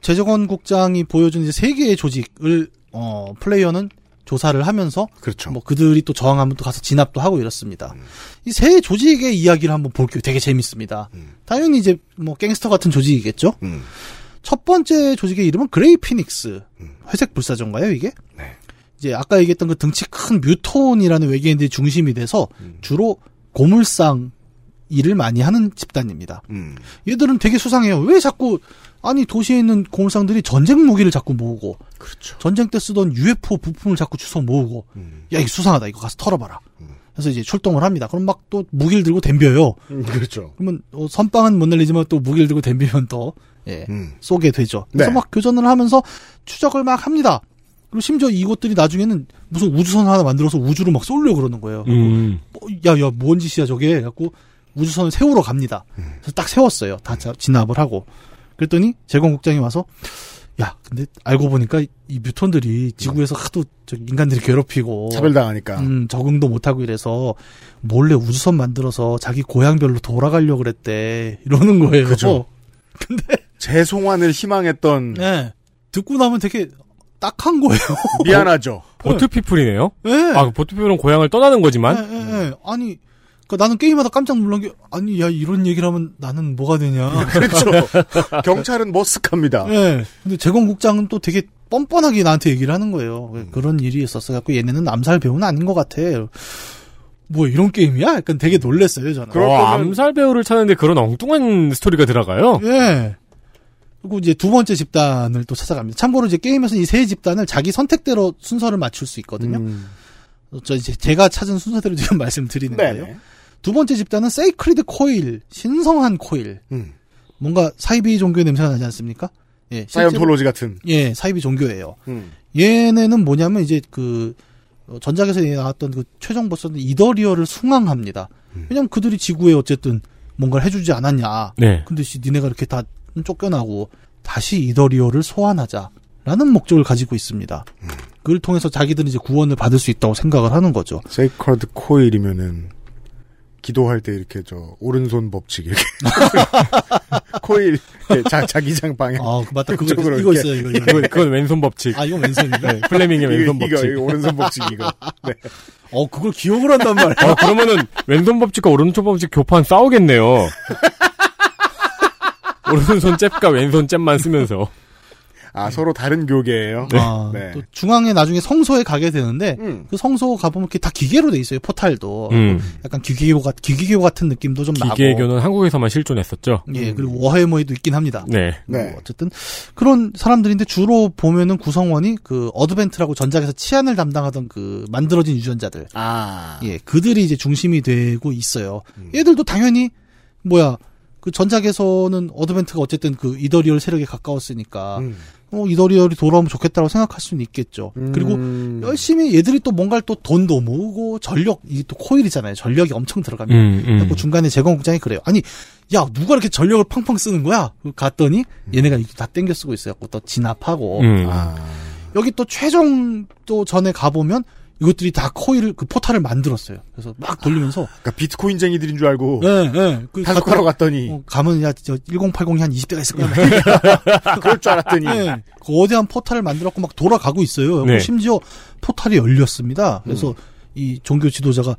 재정원 국장이 보여준 이제 세 개의 조직을 어, 플레이어는 조사를 하면서 뭐 그들이 또 저항하면 또 가서 진압도 하고 이렇습니다. 이 세 조직의 이야기를 한번 볼게요. 되게 재밌습니다. 당연히 이제 뭐 갱스터 같은 조직이겠죠. 첫 번째 조직의 이름은 그레이 피닉스. 회색 불사조인가요, 이게? 이제 아까 얘기했던 그 등치 큰 뮤톤이라는 외계인들이 중심이 돼서 주로 고물상 일을 많이 하는 집단입니다. 얘들은 되게 수상해요. 왜 자꾸 아니 도시에 있는 고물상들이 전쟁 무기를 자꾸 모으고 전쟁 때 쓰던 UFO 부품을 자꾸 주워 모으고 야 이거 수상하다 이거 가서 털어봐라. 그래서 이제 출동을 합니다. 그럼 막 또 무기를 들고 덤벼요. 그렇죠. 음, 그러면 어, 선빵은 못 날리지만 또 무기를 들고 덤비면 또 예, 쏘게 되죠. 음. 그래서 네. 막 교전을 하면서 추적을 막 합니다. 그리고 심지어 이것들이 나중에는 무슨 우주선 하나 만들어서 우주로 막 쏠려 그러는 거예요. 뭐, 야, 야, 뭔 짓이야 저게? 갖고 우주선을 세우러 갑니다. 음. 그래서 딱 세웠어요. 다 자- 진압을 하고. 그랬더니 재건국장이 와서 야, 근데 알고 보니까 이- 이 뮤턴들이 지구에서 하도 저 인간들이 괴롭히고 차별당하니까. 음, 적응도 못하고 이래서 몰래 우주선 만들어서 자기 고향별로 돌아가려 고 그랬대 이러는 거예요. 그죠. 재송환을 희망했던. 네. 듣고 나면 되게 딱한 거예요. 미안하죠. 보트피플이네요? 네. 아, 보트피플은 고향을 떠나는 거지만. 예, 예, 예. 아니, 그러니까 나는 게임하다 깜짝 놀란 게 아니 야 이런 얘기를 하면 나는 뭐가 되냐. 그렇죠. 경찰은 머쓱합니다. 예. 근데 재건국장은 또 되게 뻔뻔하게 나한테 얘기를 하는 거예요. 음. 그런 일이 있었어 갖고 얘네는 남살 배우는 아닌 것 같아. 뭐 이런 게임이야? 약간 되게 놀랬어요 저는. 네. 와, 암살 배우를 찾는데 그런 엉뚱한 스토리가 들어가요? 예. 그리고 이제 두 번째 집단을 또 찾아갑니다. 참고로 이제 게임에서는 이 세 집단을 자기 선택대로 순서를 맞출 수 있거든요. 음. 저 이제 제가 찾은 순서대로 지금 말씀드리는 네, 거예요. 두 번째 집단은 세이크리드 코일, 신성한 코일. 뭔가 사이비 종교의 냄새가 나지 않습니까? 예, 사이언톨로지 실제로- 같은. 예, 사이비 종교예요. 음. 얘네는 뭐냐면 이제 그 어, 전작에서 나왔던 그 최종 보스는 이더리어를 숭앙합니다. 왜냐면 그들이 지구에 어쨌든 뭔가를 해주지 않았냐. 네. 근데 씨 니네가 이렇게 다 쫓겨나고 다시 이더리어를 소환하자라는 목적을 가지고 있습니다. 그걸 통해서 자기들이 이제 구원을 받을 수 있다고 생각을 하는 거죠. 세이커드 코일이면은 기도할 때 이렇게 저 오른손 법칙 이렇게 코일 이렇게 자 자기장 방향. 아 맞다 그거 쪽으로 이거 이렇게. 있어요 이거. 이거. 그건, 그건 왼손 법칙. 아, 이건 왼손인가요? 네, 플레밍의 이거, 왼손 이거, 법칙. 이거 오른손 법칙, 이거. 어, 그걸 기억을 한단 말이야. 어, 그러면은 왼손 법칙과 오른손 법칙 교판 싸우겠네요. 오른손 잽과 왼손 잽만 쓰면서. 아 서로 다른 교계예요. 네. 아, 또 중앙에 나중에 성소에 가게 되는데 그 성소 가보면 이렇게 다 기계로 돼 있어요 포탈도 음. 약간 기계교 같 기계교 같은 느낌도 좀 나고 기계교는 한국에서만 실존했었죠. 예 그리고 워해머이도 있긴 음. 합니다. 네. 뭐 어쨌든 그런 사람들인데 주로 보면은 구성원이 그 어드벤트라고 전작에서 치안을 담당하던 그 만들어진 유전자들. 아. 예, 그들이 이제 중심이 되고 있어요. 얘들도 당연히 뭐야 그 전작에서는 어드벤트가 어쨌든 그 이더리얼 세력에 아, 가까웠으니까 음. 어 이더리얼이 돌아오면 좋겠다고 생각할 수는 있겠죠. 음. 그리고 열심히 얘들이 또 뭔가를 또 돈도 모으고 전력 이게 또 코일이잖아요. 전력이 엄청 들어갑니다. 음, 음. 그래갖고 중간에 재건국장이 그래요. 아니, 야, 누가 이렇게 전력을 팡팡 쓰는 거야? 그리고 갔더니 음. 얘네가 이거 다 땡겨 쓰고 있어갖고 또 진압하고. 음. 아. 여기 또 최종 또 전에 가보면 이것들이 다 코일을, 그 포탈을 만들었어요. 그래서 막 돌리면서. 그러니까 비트코인쟁이들인 줄 알고. 예, 예. 그 단속하러 갔더니. 네. 어, 가면 야, 저 1080이 한 20대가 있을 거야. 그럴 줄 알았더니. 예. 거대한 포탈을 만들었고 막 돌아가고 있어요. 네. 음. 심지어 포탈이 열렸습니다. 그래서 이 종교 지도자가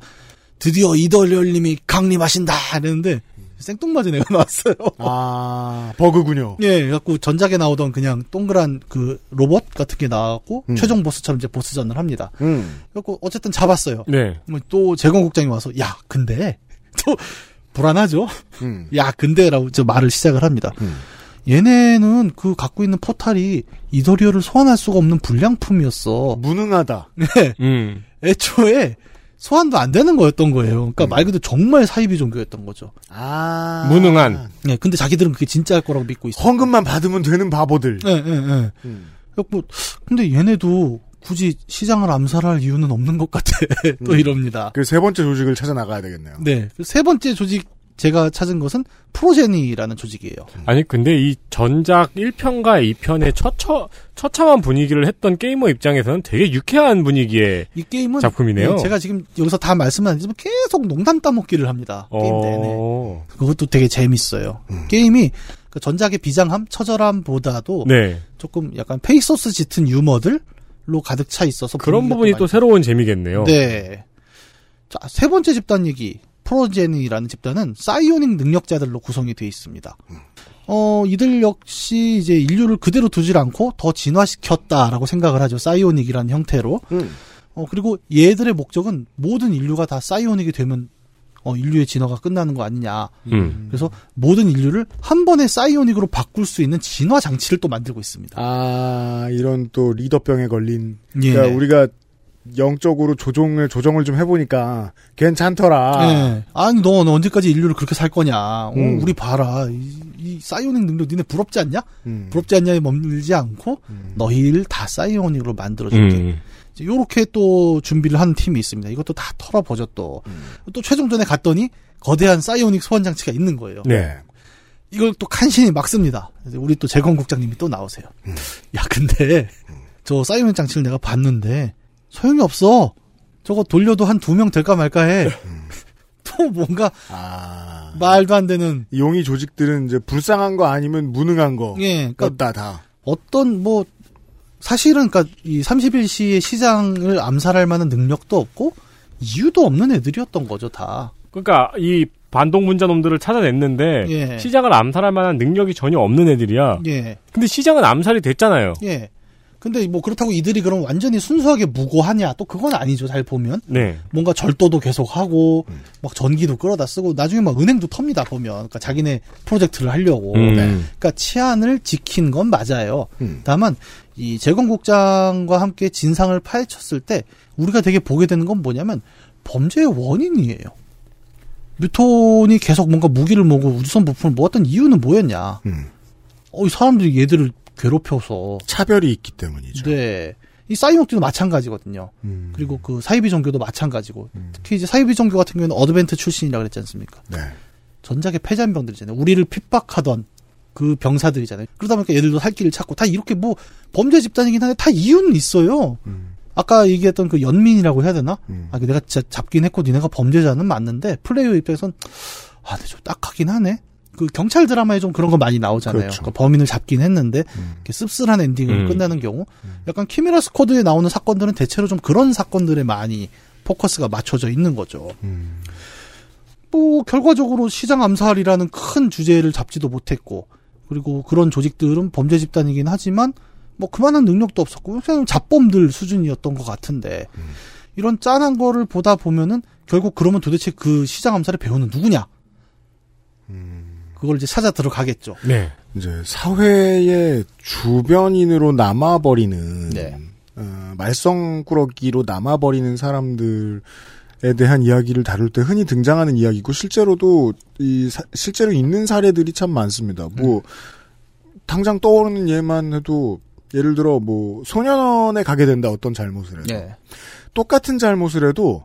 드디어 이더리얼님이 강림하신다 이랬는데 생뚱맞은 애가 나왔어요. 음. 아, 버그군요. 예, 그래갖고 전작에 나오던 그냥 동그란 그 로봇 같은 게 나왔고, 음. 최종 보스처럼 이제 보스전을 합니다. 음. 그래갖고 어쨌든 잡았어요. 네. 뭐또 재건국장이 와서, 야, 근데, 또, 불안하죠? 음. 야, 근데라고 저 말을 시작을 합니다. 얘네는 그 갖고 있는 포탈이 이더리어를 소환할 수가 없는 불량품이었어. 무능하다. 네. 음. 애초에 소환도 안 되는 거였던 거예요. 음. 그러니까 말 그대로 정말 사이비 종교였던 거죠. 아. 무능한. 네, 근데 자기들은 그게 진짜일 거라고 믿고 있어. 헌금만 받으면 되는 바보들. 네, 네, 네. 음. 그래갖고 근데 얘네도 굳이 시장을 암살할 이유는 없는 것 같아. 또 음. 이럽니다. 그 세 번째 조직을 찾아 나가야 되겠네요. 네. 세 번째 조직 제가 찾은 것은 프로제니라는 조직이에요. 아니 근데 이 전작 1편과 2편의 처처 처참한 분위기를 했던 게이머 입장에서는 되게 유쾌한 분위기의 이 게임은 작품이네요. 네, 제가 지금 여기서 다 말씀은 아니지만 계속 농담 따먹기를 합니다. 게임 내내. 어. 그것도 되게 재밌어요. 음. 게임이 그 전작의 비장함, 처절함보다도 네. 조금 약간 페이소스 짙은 유머들로 가득 차 있어서 그런 분위기가 부분이 또 새로운 재미겠네요. 많이- 네. 자, 세 번째 집단 얘기. 프로제니라는 집단은 사이오닉 능력자들로 구성이 되어 있습니다. 어, 이들 역시 이제 인류를 그대로 두질 않고 더 진화시켰다라고 생각을 하죠. 사이오닉이라는 형태로. 음. 어, 그리고 얘들의 목적은 모든 인류가 다 사이오닉이 되면 어, 인류의 진화가 끝나는 거 아니냐. 음. 그래서 모든 인류를 한 번에 사이오닉으로 바꿀 수 있는 진화 장치를 또 만들고 있습니다. 아, 이런 또 리더병에 걸린. 예. 그러니까 우리가 영적으로 조종을, 조정을 좀 해보니까 괜찮더라. 예. 아니 너, 너 언제까지 인류를 그렇게 살 거냐? 어, 음. 우리 봐라 이, 이 사이오닉 능력 니네 부럽지 않냐? 음. 그렇죠. 부럽지 않냐에 머물지 않고 너희를 다 사이오닉으로 만들어줄게. 음. 이제 요렇게 또 준비를 한 팀이 있습니다. 이것도 다 털어보죠 또. 또 최종전에 갔더니 거대한 사이오닉 소환 장치가 있는 거예요. 네. 이걸 또 간신히 막습니다. 이제 우리 또 재건국장님이 또 나오세요. 야, 근데 저 사이오닉 장치를 내가 봤는데 소용이 없어. 저거 돌려도 한 두 명 될까 말까 해. 또 뭔가 말도 안 되는 용의 조직들은 이제 불쌍한 거 아니면 무능한 거. 예, 그러니까 다 다. 어떤 뭐 사실은 그러니까 이 31시의 시장을 암살할 만한 능력도 없고 이유도 없는 애들이었던 거죠, 다. 그러니까 이 반동 문자 놈들을 찾아냈는데 예. 시장을 암살할 만한 능력이 전혀 없는 애들이야. 예. 근데 시장은 암살이 됐잖아요. 예. 근데 뭐 그렇다고 이들이 그럼 완전히 순수하게 무고하냐? 또 그건 아니죠, 잘 보면. 네. 뭔가 절도도 계속 하고 막 전기도 끌어다 쓰고 나중에 막 은행도 텁니다 보면 그러니까 자기네 프로젝트를 하려고 음. 네. 그러니까 치안을 지킨 건 맞아요 다만 이 재건국장과 함께 진상을 파헤쳤을 때 우리가 되게 보게 되는 건 뭐냐면 범죄의 원인이에요 뉴턴이 계속 뭔가 무기를 모으고 우주선 부품을 모았던 이유는 뭐였냐 어, 이 사람들이 얘들을 괴롭혀서 차별이 있기 때문이죠. 음. 네. 이 사이목도 마찬가지거든요. 그리고 그 사이비 종교도 마찬가지고 특히 이제 사이비 종교 같은 경우는 어드벤트 출신이라 그랬지 않습니까? 네. 전작의 패잔병들이잖아요. 우리를 핍박하던 그 병사들이잖아요. 그러다 보니까 얘들도 살 길을 찾고 다 이렇게 뭐 범죄 집단이긴 한데 다 이유는 있어요. 아까 얘기했던 그 연민이라고 해야 되나? 음. 아, 내가 진짜 잡긴 했고 니네가 범죄자는 맞는데 플레이어 입장에선 아, 근데 좀 딱하긴 하네. 그 경찰 드라마에 좀 그런 거 많이 나오잖아요. 그렇죠. 그러니까 범인을 잡긴 했는데 이렇게 씁쓸한 엔딩으로 음. 끝나는 경우, 약간 키미라 스쿼드에 나오는 사건들은 대체로 좀 그런 사건들에 많이 포커스가 맞춰져 있는 거죠. 음. 뭐 결과적으로 시장 암살이라는 큰 주제를 잡지도 못했고 그리고 그런 조직들은 범죄 집단이긴 하지만 뭐 그만한 능력도 없었고 그냥 잡범들 수준이었던 것 같은데 이런 짠한 거를 보다 보면은 결국 그러면 도대체 그 시장 암살의 배우는 누구냐? 그걸 이제 찾아 들어가겠죠. 네. 이제 사회의 주변인으로 남아버리는 네. 어, 말썽꾸러기로 남아버리는 사람들에 대한 이야기를 다룰 때 흔히 등장하는 이야기고 실제로도 이 사- 실제로 있는 사례들이 참 많습니다. 뭐 음. 당장 떠오르는 예만 해도 예를 들어 뭐 소년원에 가게 된다 어떤 잘못을 네. 해서 똑같은 잘못을 해도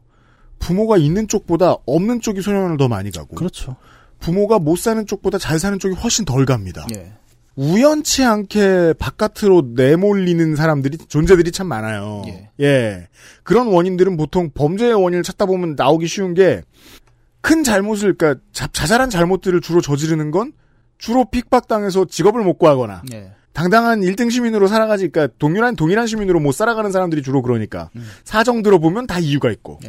부모가 있는 쪽보다 없는 쪽이 소년원을 더 많이 가고 그렇죠. 부모가 못 사는 쪽보다 잘 사는 쪽이 훨씬 덜 갑니다. 우연치 않게 바깥으로 내몰리는 사람들이 존재들이 참 많아요. 예. 그런 원인들은 보통 범죄의 원인을 찾다 보면 나오기 쉬운 게 큰 잘못을 그러니까 자- 자잘한 잘못들을 주로 저지르는 건 주로 핍박당해서 직업을 못 음. 구하거나 예. 당당한 1등 시민으로 살아가지, 그러니까 동일한, 동일한 시민으로 못 살아가는 사람들이 주로 그러니까. 사정 들어보면 다 이유가 있고.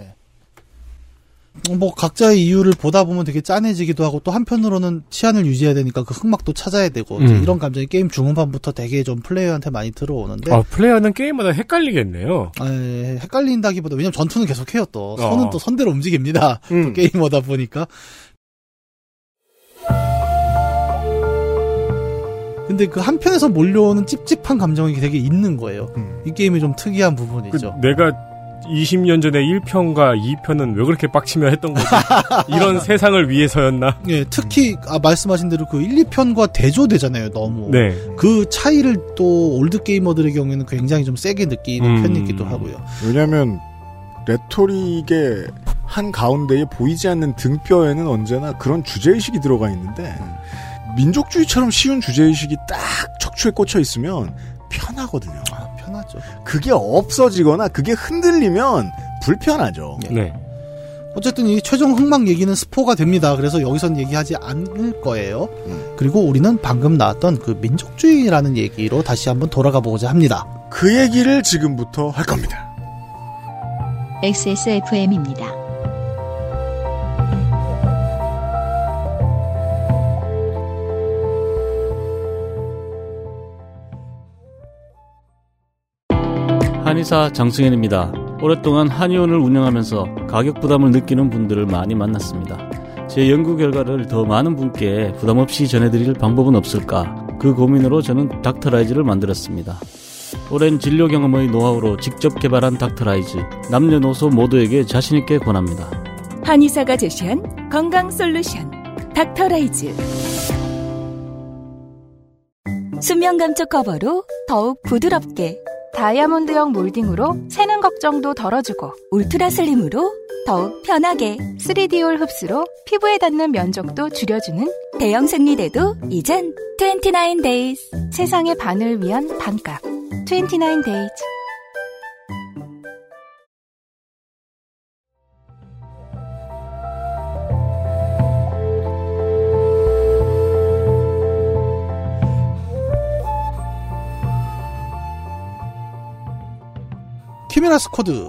뭐 각자의 이유를 보다 보면 되게 짠해지기도 하고 또 한편으로는 치안을 유지해야 되니까 그 흑막도 찾아야 되고 음. 이런 감정이 게임 중후반부터 되게 좀 플레이어한테 많이 들어오는데 아, 플레이어는 게임마다 헷갈리겠네요. 에, 아, 예, 헷갈린다기보다 왜냐면 전투는 계속해요 또 선은 어. 음. 또 선대로 움직입니다 음. 또 게이머다 보니까 근데 그 한편에서 몰려오는 찝찝한 감정이 되게 있는 거예요 음. 이 게임이 좀 특이한 부분이죠 그 내가 20년 전에 1편과 2편은 왜 그렇게 빡치며 했던 거지? 이런 세상을 위해서였나? 예, 특히 아, 말씀하신 대로 그 1, 2편과 대조되잖아요 너무 네. 그 차이를 또 올드 게이머들의 경우에는 굉장히 좀 세게 느끼는 음. 편이기도 하고요. 왜냐하면 레토릭의 한 가운데에 보이지 않는 등뼈에는 언제나 그런 주제 의식이 들어가 있는데 민족주의처럼 쉬운 주제 의식이 딱 척추에 꽂혀 있으면 아, 편하거든요. 편하죠. 그게 없어지거나 그게 흔들리면 불편하죠. 네. 어쨌든 이 최종 흥망 얘기는 스포가 됩니다. 그래서 여기선 얘기하지 않을 거예요. 그리고 우리는 방금 나왔던 그 민족주의라는 얘기로 다시 한번 돌아가 보고자 합니다. 그 얘기를 지금부터 할 겁니다. XSFM입니다. 한의사 장승현입니다. 오랫동안 한의원을 운영하면서 가격 부담을 느끼는 분들을 많이 만났습니다. 제 연구 결과를 더 많은 분께 부담 없이 전해드릴 방법은 없을까? 그 고민으로 저는 닥터라이즈를 만들었습니다. 오랜 진료 경험의 노하우로 직접 개발한 닥터라이즈. 남녀노소 모두에게 자신있게 권합니다. 한의사가 제시한 건강 솔루션 닥터라이즈 수면 감촉 커버로 더욱 부드럽게 다이아몬드형 몰딩으로 새는 걱정도 덜어주고 울트라 슬림으로 더욱 편하게 3D올 흡수로 피부에 닿는 면적도 줄여주는 대형 생리대도 이젠 29 days 세상의 반을 위한 반값 29 days 키메라스 코드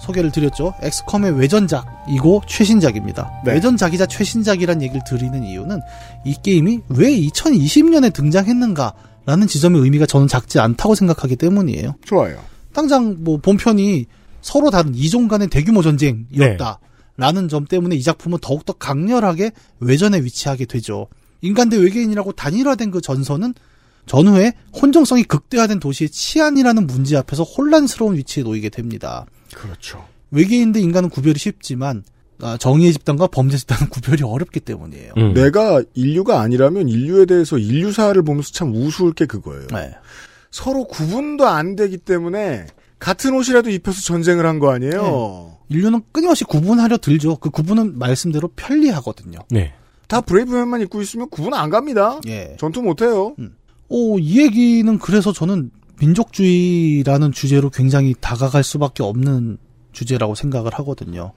소개를 드렸죠. 엑스컴의 외전작이고 최신작입니다. 외전작이자 최신작이란 얘기를 드리는 이유는 이 게임이 왜 2020년에 등장했는가라는 지점의 의미가 저는 작지 않다고 생각하기 때문이에요. 좋아요. 당장 뭐 본편이 서로 다른 이종 간의 대규모 전쟁이었다. 라는 점 때문에 이 작품은 더욱더 강렬하게 외전에 위치하게 되죠. 인간 대 외계인이라고 단일화된 그 전선은 전후에 혼정성이 극대화된 도시의 치안이라는 문제 앞에서 혼란스러운 위치에 놓이게 됩니다. 그렇죠. 외계인 대 인간은 구별이 쉽지만 아, 정의의 집단과 범죄 집단은 구별이 어렵기 때문이에요. 음. 내가 인류가 아니라면 인류에 대해서 인류사를 보면서 참 우스울 게 그거예요. 네. 서로 구분도 안 되기 때문에 같은 옷이라도 입혀서 전쟁을 한 거 아니에요. 인류는 끊임없이 구분하려 들죠. 그 구분은 말씀대로 편리하거든요. 네. 다 브레이브맨만 입고 있으면 구분 안 갑니다. 예. 전투 못 해요. 오, 어, 이 얘기는 그래서 저는 민족주의라는 주제로 굉장히 다가갈 수밖에 없는 주제라고 생각을 하거든요.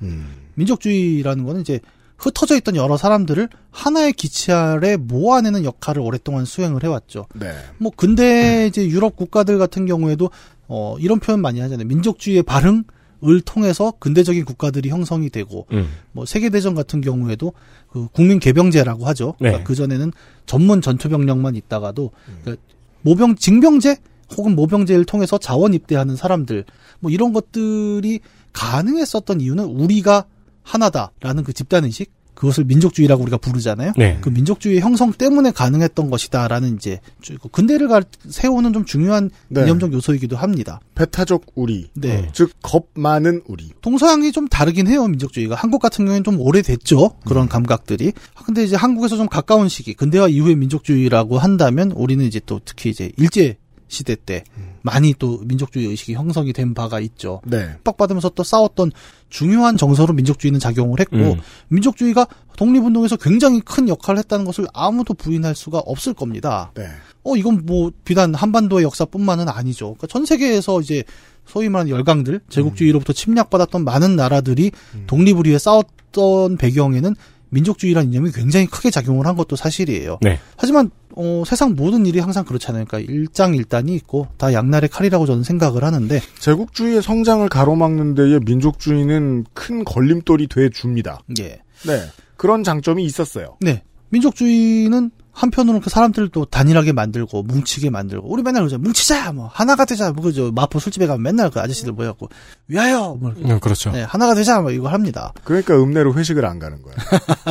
민족주의라는 거는 이제 흩어져 있던 여러 사람들을 하나의 기치 아래 모아내는 역할을 오랫동안 수행을 해왔죠. 네. 뭐 근대 이제 유럽 국가들 같은 경우에도 어, 이런 표현 많이 하잖아요. 민족주의의 발흥을 통해서 근대적인 국가들이 형성이 되고 뭐 세계대전 같은 경우에도 그 국민 개병제라고 하죠. 네. 그 전에는 전문 전투 병력만 있다가도 그러니까 모병 징병제 혹은 모병제를 통해서 자원 입대하는 사람들 뭐 이런 것들이 가능했었던 이유는 우리가 하나다라는 그 집단 의식 그것을 민족주의라고 우리가 부르잖아요. 네. 그 민족주의 형성 때문에 가능했던 것이다라는 이제 주- 그 근대를 가- 세우는 좀 중요한 네. 이념적 요소이기도 합니다. 배타적 우리. 어, 네. 즉, 겁 많은 우리. 동서양이 좀 다르긴 해요, 민족주의가. 한국 같은 경우에는 좀 오래됐죠. 음. 그런 감각들이. 아, 근데 이제 한국에서 좀 가까운 시기, 근대화 이후의 민족주의라고 한다면 우리는 이제 또 특히 이제 일제 시대 때 음. 많이 또 민족주의 의식이 형성이 된 바가 있죠. 네. 핍박받으면서 또 싸웠던 중요한 정서로 민족주의는 작용을 했고 음. 민족주의가 독립운동에서 굉장히 큰 역할을 했다는 것을 아무도 부인할 수가 없을 겁니다. 네. 어 이건 뭐 비단 한반도의 역사뿐만은 아니죠. 그러니까 전 세계에서 이제 소위 말하는 열강들 제국주의로부터 침략받았던 많은 나라들이 독립을 위해 싸웠던 배경에는 민족주의라는 이념이 굉장히 크게 작용을 한 것도 사실이에요. 네. 하지만 어, 세상 모든 일이 항상 그렇잖아요. 그러니까 일장일단이 있고 다 양날의 칼이라고 저는 생각을 하는데 제국주의의 성장을 가로막는 데에 민족주의는 큰 걸림돌이 돼 줍니다. 예. 네. 그런 장점이 있었어요. 네. 민족주의는 한편으로는 그 사람들도 단일하게 만들고 뭉치게 만들고 우리 맨날 그러죠 뭉치자 뭐 하나가 되자 뭐 그죠 마포 술집에 가면 맨날 그 아저씨들 모여갖고 위하여 뭐 이렇게. 네, 그렇죠. 네, 하나가 되자 뭐 이거 합니다 그러니까 읍내로 회식을 안 가는 거예요.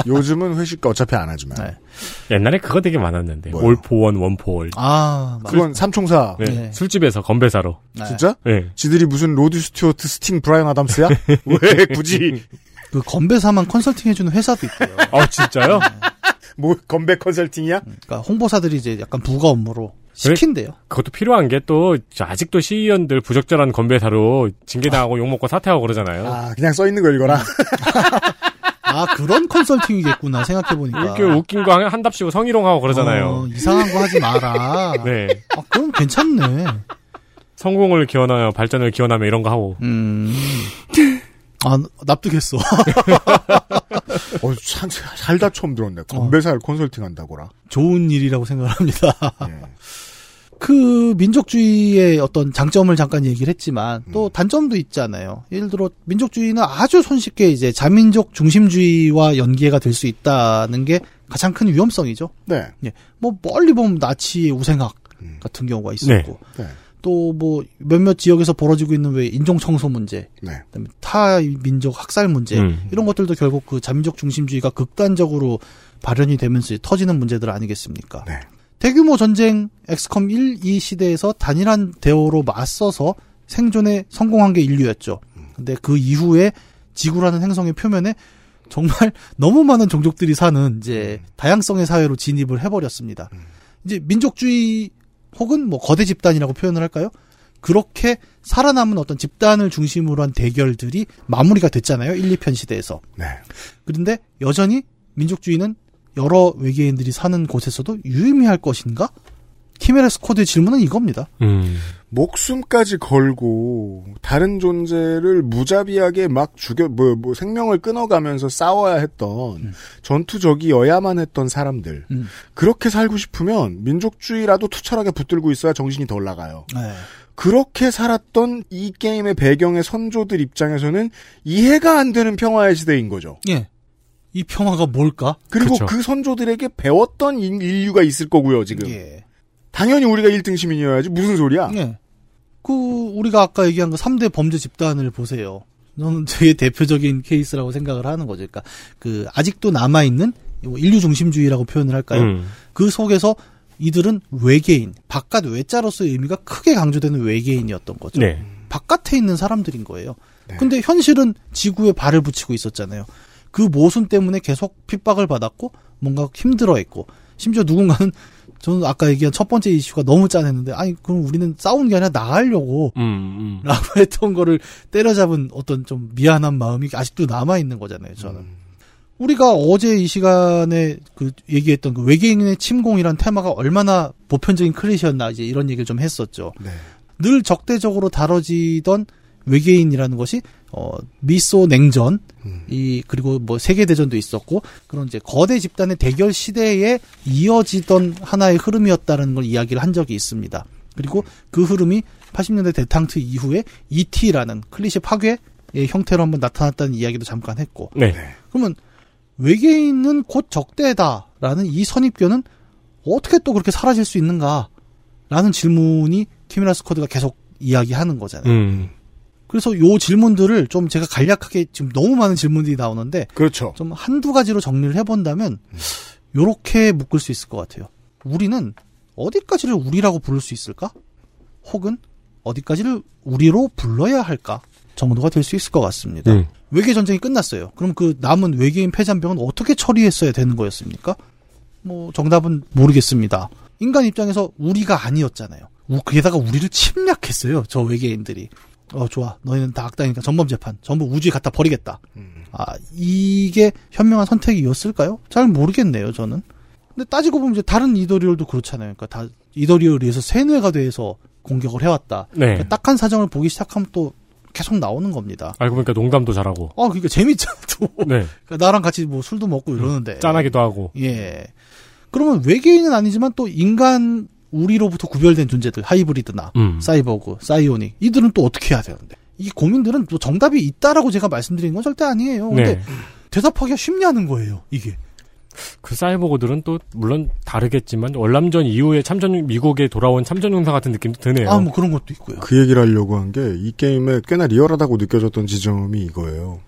요즘은 회식 어차피 안 하지만. 옛날에 그거 되게 많았는데 올포원 원포월. 아, 그건 삼총사. 네. 술집에서 건배사로. 그, 네. 진짜? 네. 지들이 무슨 로드 스튜어트, 스팅, 브라이언 아담스야? 왜 굳이? 그 건배사만 컨설팅해주는 회사도 있대요 아 진짜요? 뭐 건배 컨설팅이야? 그러니까 홍보사들이 이제 약간 부가 업무로 시킨대요 그것도 필요한 게 또 아직도 시의원들 부적절한 건배사로 징계당하고 욕먹고 사퇴하고 그러잖아요. 아, 그냥 써 있는 거 읽어라. 아 그런 컨설팅이겠구나 생각해보니까 이렇게 웃긴 거 한- 한답시고 성희롱하고 그러잖아요. 어, 이상한 거 하지 마라 네. 아, 그럼 괜찮네. 성공을 기원하며 발전을 기원하며 이런 거 하고. 음. 아 납득했어. 어, 참, 살다 처음 들었네. 건배사를 컨설팅 한다고라. 예. 좋은 일이라고 생각합니다. 그 민족주의의 어떤 장점을 잠깐 얘기를 했지만 또 단점도 있잖아요. 예를 들어 민족주의는 아주 손쉽게 이제 자민족 중심주의와 연계가 될 수 있다는 게 가장 큰 위험성이죠. 네. 예. 뭐 멀리 보면 나치의 우생학 같은 경우가 있었고 네. 또 뭐 몇몇 지역에서 벌어지고 있는 왜 인종 청소 문제, 그다음에 타민족 학살 문제 음. 이런 것들도 결국 그 자민족 중심주의가 극단적으로 발현이 되면서 터지는 문제들 아니겠습니까? 대규모 전쟁 엑스컴 1, 2 시대에서 단일한 대오로 맞서서 생존에 성공한 게 인류였죠. 근데 그 이후에 지구라는 행성의 표면에 정말 너무 많은 종족들이 사는 이제 음. 다양성의 사회로 진입을 해버렸습니다. 이제 민족주의 혹은 뭐 거대 집단이라고 표현을 할까요? 그렇게 살아남은 어떤 집단을 중심으로 한 대결들이 마무리가 됐잖아요. 1, 2편 시대에서. 네. 그런데 여전히 민족주의는 여러 외계인들이 사는 곳에서도 유의미할 것인가? 키메레스 코드의 질문은 이겁니다. 목숨까지 걸고 다른 존재를 무자비하게 막 죽여 뭐, 뭐 생명을 끊어가면서 싸워야 했던 전투적이어야만 했던 사람들 음. 그렇게 살고 싶으면 민족주의라도 투철하게 붙들고 있어야 정신이 덜 나가요. 네. 그렇게 살았던 이 게임의 배경의 선조들 입장에서는 이해가 안 되는 평화의 시대인 거죠. 예. 이 평화가 뭘까? 그리고 그 선조들에게 배웠던 인- 인류가 있을 거고요, 지금. 당연히 우리가 1등 시민이어야지 무슨 아. 소리야? 예. 그 우리가 아까 얘기한 그 3대 범죄 집단을 보세요. 저는 되게 대표적인 케이스라고 생각을 하는 거죠. 그러니까 그 아직도 남아 있는 뭐 인류 중심주의라고 표현을 할까요? 음. 그 속에서 이들은 외계인, 바깥 외자로서의 의미가 크게 강조되는 외계인이었던 거죠. 네. 바깥에 있는 사람들인 거예요. 근데 현실은 지구에 발을 붙이고 있었잖아요. 그 모순 때문에 계속 핍박을 받았고 뭔가 힘들어했고 심지어 누군가는 저는 아까 얘기한 첫 번째 이슈가 너무 짠했는데 아니 그럼 우리는 싸운 게 아니라 나가려고 음, 음. 라고 했던 거를 때려잡은 어떤 좀 미안한 마음이 아직도 남아 있는 거잖아요. 저는 우리가 어제 이 시간에 그 얘기했던 그 외계인의 침공이란 테마가 얼마나 보편적인 클리셰였나 이제 이런 얘기를 좀 했었죠. 늘 적대적으로 다뤄지던 외계인이라는 것이 어 미소 냉전 이 그리고 뭐 세계 대전도 있었고 그런 이제 거대 집단의 대결 시대에 이어지던 하나의 흐름이었다는 걸 이야기를 한 적이 있습니다. 그리고 그 흐름이 80년대 대탕트 이후에 ET라는 E 클리셰 파괴의 형태로 한번 나타났다는 이야기도 잠깐 했고 네. 그러면 외계인은 곧 적대다라는 이 선입견은 어떻게 또 그렇게 사라질 수 있는가라는 질문이 키미라 스쿼드가 계속 이야기하는 거잖아요. 음. 그래서 요 질문들을 좀 제가 간략하게 지금 너무 많은 질문들이 나오는데 그렇죠. 좀 한두 가지로 정리를 해본다면 요렇게 묶을 수 있을 것 같아요. 우리는 어디까지를 우리라고 부를 수 있을까? 혹은 어디까지를 우리로 불러야 할까? 정도가 될 수 있을 것 같습니다. 네. 음. 외계 전쟁이 끝났어요. 그럼 그 남은 외계인 패잔병은 어떻게 처리했어야 되는 거였습니까? 뭐 정답은 모르겠습니다. 인간 입장에서 우리가 아니었잖아요. 우- 게다가 우리를 침략했어요. 저 외계인들이. 어 좋아. 너희는 다 악당이니까 전범 재판. 전부 우주에 갖다 버리겠다. 아 이게 현명한 선택이었을까요? 잘 모르겠네요. 저는. 근데 따지고 보면 이제 다른 이더리얼도 그렇잖아요. 그러니까 다 이더리얼에 의해서 세뇌가 돼서 공격을 해왔다. 네. 그러니까 딱한 사정을 보기 시작하면 또 계속 나오는 겁니다. 알고 보니까 농담도 잘하고. 아, 그러니까 재밌잖아. 또. 그러니까 나랑 같이 뭐 술도 먹고 이러는데. 음, 짠하기도 하고. 예. 그러면 외계인은 아니지만 또 인간 우리로부터 구별된 존재들 하이브리드나 음. 사이버그, 사이오닉 이들은 또 어떻게 해야 되는데 이 고민들은 또 정답이 있다라고 제가 말씀드리는 건 절대 아니에요. 근데 네. 대답하기가 쉽냐는 거예요. 이게 그 사이버고들은 또 물론 다르겠지만 월남전 이후에 참전 미국에 돌아온 참전용사 같은 느낌도 드네요. 아, 뭐 그런 것도 있고요. 그 얘기를 하려고 한 게 이 게임에 꽤나 리얼하다고 느껴졌던 지점이 이거예요.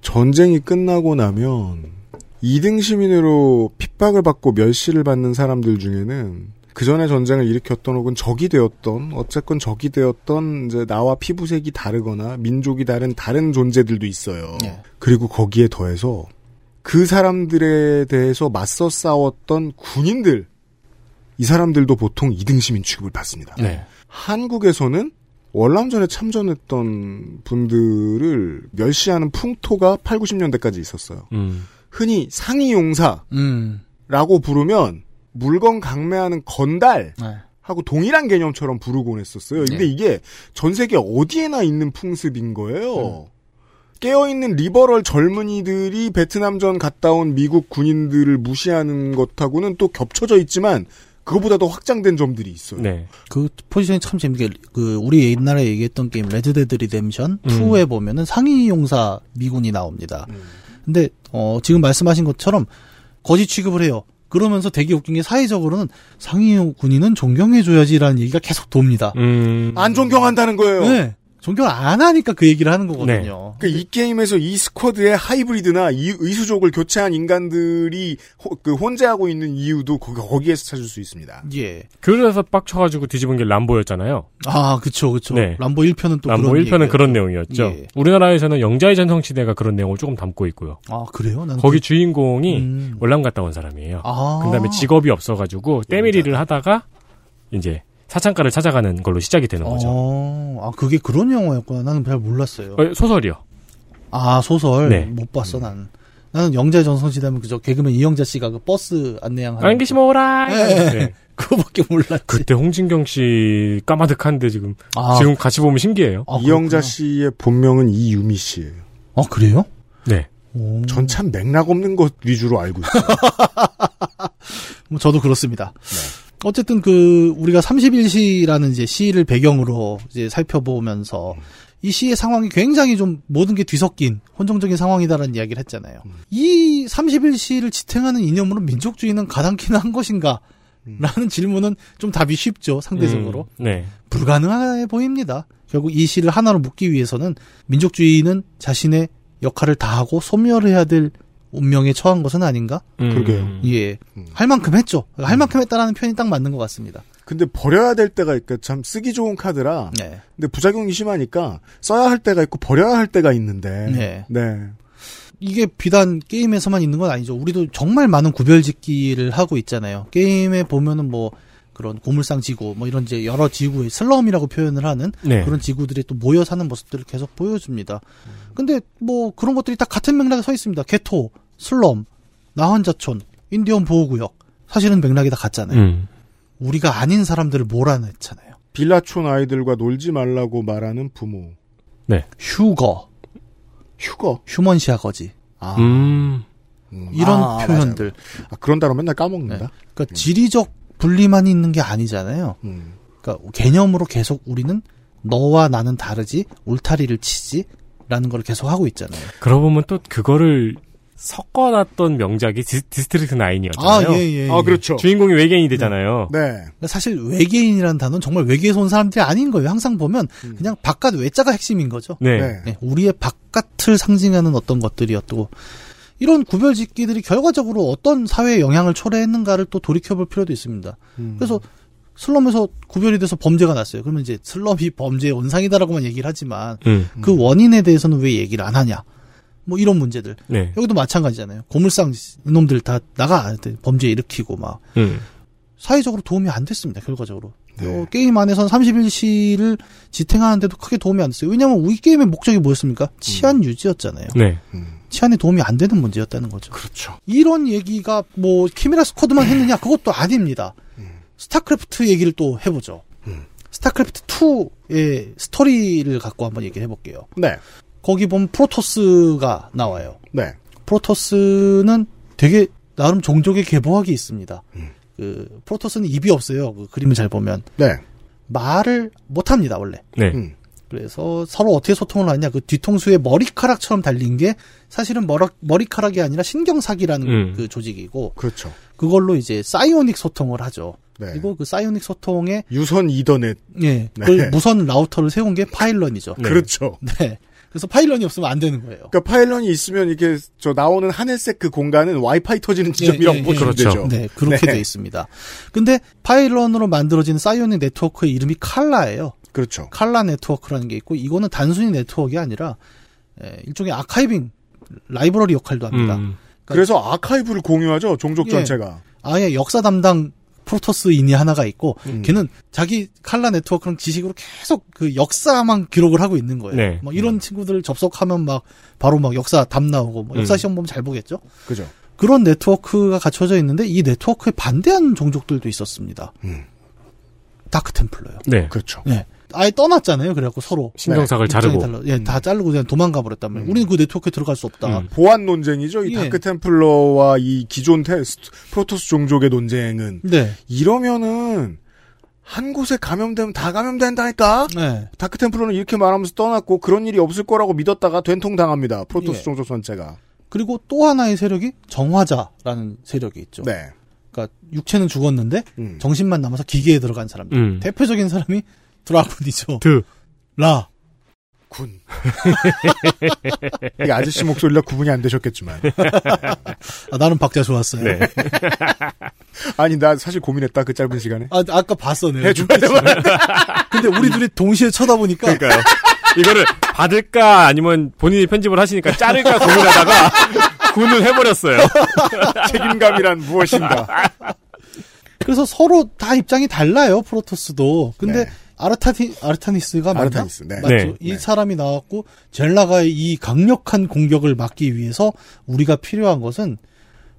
전쟁이 끝나고 나면 2등 시민으로 핍박을 받고 멸시를 받는 사람들 중에는 그 전에 전쟁을 일으켰던 혹은 적이 되었던 어쨌건 적이 되었던 이제 나와 피부색이 다르거나 민족이 다른 다른 존재들도 있어요. 네. 그리고 거기에 더해서 그 사람들에 대해서 맞서 싸웠던 군인들 이 사람들도 보통 2등 시민 취급을 받습니다. 네. 한국에서는 월남전에 참전했던 분들을 멸시하는 풍토가 8, 90년대까지 있었어요. 음. 흔히 상이용사라고 음, 부르면 물건 강매하는 건달 네. 하고 동일한 개념처럼 부르곤 했었어요. 근데 네. 이게 전 세계 어디에나 있는 풍습인 거예요. 깨어있는 리버럴 젊은이들이 베트남전 갔다 온 미국 군인들을 무시하는 것하고는 또 겹쳐져 있지만 그거보다 더 확장된 점들이 있어요. 네. 그 포지션이 참 재밌게 그 우리 옛날에 얘기했던 게임 레드데드 리뎀션 음. 2에 보면은 상위용사 미군이 나옵니다. 근데 어 지금 말씀하신 것처럼 거지 취급을 해요. 그러면서 되게 웃긴 게 사회적으로는 상위 군인은 존경해줘야지라는 얘기가 계속 돕니다. 음. 음. 아, 안 존경한다는 거예요. 네. 존경 안 하니까 그 얘기를 하는 거거든요. 그러니까 이 게임에서 이 스쿼드의 하이브리드나 이 의수족을 교체한 인간들이 호- 그 혼재하고 있는 이유도 거기, 거기에서 찾을 수 있습니다. 네. 예. 그래서 빡쳐가지고 뒤집은 게 람보였잖아요. 아, 그쵸, 그쵸. 람보 1편은 또 네. 람보 그런 1편은 그런 얘기였죠. 내용이었죠. 예. 우리나라에서는 영자의 전성시대가 그런 내용을 조금 담고 있고요. 아, 그래요? 난 거기 그- 주인공이 음. 월남 갔다 온 사람이에요. 아. 그다음에 직업이 없어가지고 때밀이를 하다가 이제 사창가를 찾아가는 걸로 시작이 되는 거죠. 어, 아, 그게 그런 영화였구나. 나는 잘 몰랐어요. 어, 소설이요. 아, 소설? 네. 못 봤어, 나는. 나는 영자의 전성시대면 그저 개그맨 이영자 씨가 그 버스 안내양 하는. 안기시 모라! 예, 네. 그거밖에 몰랐지. 그때 홍진경 씨 까마득한데 지금 아. 지금 같이 보면 신기해요. 이영자 씨의 본명은 이유미 씨예요. 아 그래요? 네. 전 참 맥락 없는 것 위주로 알고 있어요. 뭐 저도 그렇습니다. 네. 어쨌든 그 우리가 31시라는 이제 시를 배경으로 이제 살펴보면서 이 시의 상황이 굉장히 좀 모든 게 뒤섞인 혼종적인 상황이다라는 이야기를 했잖아요. 음. 이 31시를 지탱하는 이념으로 민족주의는 가당키나 한 것인가? 음. 라는 질문은 좀 답이 쉽죠, 상대적으로. 음, 네. 불가능해 보입니다. 결국 이 시를 하나로 묶기 위해서는 민족주의는 자신의 역할을 다하고 소멸해야 될 운명에 처한 것은 아닌가? 음. 그러게요. 예. 할 만큼 했죠. 할 만큼 했다라는 표현이 딱 맞는 것 같습니다. 근데 버려야 될 때가 있고 참 쓰기 좋은 카드라. 근데 부작용이 심하니까 써야 할 때가 있고 버려야 할 때가 있는데. 네. 네. 이게 비단 게임에서만 있는 건 아니죠. 우리도 정말 많은 구별짓기를 하고 있잖아요. 게임에 보면은 뭐 그런 고물상 지구 뭐 이런 이제 여러 지구의 슬럼이라고 표현을 하는 네. 그런 지구들이 또 모여 사는 모습들을 계속 보여줍니다. 근데 뭐 그런 것들이 다 같은 맥락에 서 있습니다. 개토, 슬럼, 나환자촌, 인디언 보호구역 사실은 맥락이 다 같잖아요. 음. 우리가 아닌 사람들을 몰아냈잖아요. 빌라촌 아이들과 놀지 말라고 말하는 부모. 네. 휴거, 휴거, 휴먼시아 거지. 아. 음. 이런 아, 표현들. 아, 그런다고 맨날 까먹는다. 그러니까 지리적 분리만 있는 게 아니잖아요. 음. 그러니까 개념으로 계속 우리는 너와 나는 다르지 울타리를 치지라는 걸 계속 하고 있잖아요. 그러고 보면 또 그거를 섞어놨던 명작이 디, 스트릭트 9이었잖아요. 아, 예, 예, 아, 예. 그렇죠. 주인공이 외계인이 되잖아요. 네. 그러니까 사실 외계인이라는 단어는 정말 외계에서 온 사람들이 아닌 거예요. 항상 보면 그냥 바깥 외자가 핵심인 거죠. 네. 음. 네. 우리의 바깥을 상징하는 어떤 것들이었고 이런 구별짓기들이 결과적으로 어떤 사회에 영향을 초래했는가를 또 돌이켜볼 필요도 있습니다. 음. 그래서 음. 슬럼에서 구별이 돼서 범죄가 났어요. 그러면 이제 슬럼이 범죄의 원상이다라고만 얘기를 하지만 음. 그 원인에 대해서는 왜 얘기를 안 하냐? 뭐 이런 문제들. 네. 여기도 마찬가지잖아요. 고물상 놈들 다 나가 범죄 일으키고 막 음. 사회적으로 도움이 안 됐습니다. 결과적으로. 네. 요 게임 안에서는 31시를 지탱하는데도 크게 도움이 안 됐어요. 왜냐하면 우리 게임의 목적이 뭐였습니까? 음. 치안 유지였잖아요. 네. 치안에 도움이 안 되는 문제였다는 거죠. 그렇죠. 이런 얘기가 뭐 키메라 스쿼드만 했느냐 그것도 아닙니다. 음. 스타크래프트 얘기를 또 해보죠. 스타크래프트 2의 스토리를 갖고 한번 얘기를 해볼게요. 네. 거기 보면 프로토스가 나와요. 네. 프로토스는 되게 나름 종족의 계보학이 있습니다. 음. 그 프로토스는 입이 없어요. 그 그림을 잘 보면. 네. 음, 말을 못 합니다, 원래. 네. 그래서 서로 어떻게 소통을 하냐. 그 뒤통수에 머리카락처럼 달린 게 사실은 머리카락이 아니라 신경삭이라는 음. 그 조직이고. 그렇죠. 그걸로 이제 사이오닉 소통을 하죠. 네. 그리고 그 사이오닉 소통에 유선 이더넷. 예. 네. 그 무선 라우터를 세운 게 파일런이죠. 네. 그렇죠. 네. 그래서 파일런이 없으면 안 되는 거예요. 그러니까 파일런이 있으면 이렇게 저 나오는 하늘색 그 공간은 와이파이 터지는 지점이라고 보시면 되죠. 네, 예, 그렇게 돼 있습니다. 근데 파일런으로 만들어진 사이오닉 네트워크의 이름이 칼라예요. 그렇죠. 칼라 네트워크라는 게 있고 이거는 단순히 네트워크가 아니라 에, 일종의 아카이빙 라이브러리 역할도 합니다. 음. 음. 그래서 아카이브를 공유하죠. 종족 그러니까 예. 전체가. 아예 역사 담당 프로토스인이 하나가 있고 음. 걔는 자기 칼라 네트워크랑 지식으로 계속 그 역사만 기록을 하고 있는 거예요. 네. 뭐 이런 친구들 접속하면 막 바로 막 역사 담 나오고 뭐 역사 음. 시험 보면 잘 보겠죠. 그죠. 그런 네트워크가 갖춰져 있는데 이 네트워크에 반대하는 종족들도 있었습니다. 음. 다크 템플러요. 네. 그렇죠. 네. 아예 떠났잖아요. 그래갖고 서로 신경삭을 입장이 자르고. 달라- 예, 다 자르고 그냥 도망가 버렸단 말이에요. 우리는 그 네트워크에 들어갈 수 없다. 보안 논쟁이죠. 예. 이 다크 템플러와 이 기존 테스트 프로토스 종족의 논쟁은 네. 이러면은 한 곳에 감염되면 다 감염된다니까. 네. 다크 템플러는 이렇게 말하면서 떠났고 그런 일이 없을 거라고 믿었다가 된통 당합니다. 프로토스 예. 종족 전체가. 그리고 또 하나의 세력이 정화자라는 세력이 있죠. 네. 네. 그러니까 육체는 죽었는데 정신만 남아서 기계에 들어간 사람들. 음. 대표적인 사람이 드라군이죠. 드. 라. 군. 이 아저씨 목소리라 구분이 안 되셨겠지만. 아, 나는 박자 좋았어요. 네. 아니 나 사실 고민했다 그 짧은 시간에. 아, 아까 봤어, 내가. 해줘야 돼. 근데 우리 둘이 동시에 쳐다보니까. 그러니까요. 이거를 받을까 아니면 본인이 편집을 하시니까 자를까 고민하다가 군을 해버렸어요. 책임감이란 무엇인가. 그래서 서로 다 입장이 달라요, 프로토스도. 근데 아르타니, 아르타니스가 맞나? 네. 아르타니스, 네. 맞죠. 네. 이 사람이 나왔고, 젤라가의 이 강력한 공격을 막기 위해서 우리가 필요한 것은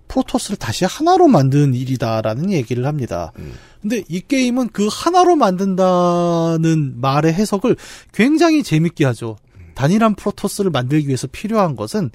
프로토스를 다시 하나로 만드는 일이다라는 얘기를 합니다. 음. 근데 이 게임은 그 하나로 만든다는 말의 해석을 굉장히 재밌게 하죠. 단일한 프로토스를 만들기 위해서 필요한 것은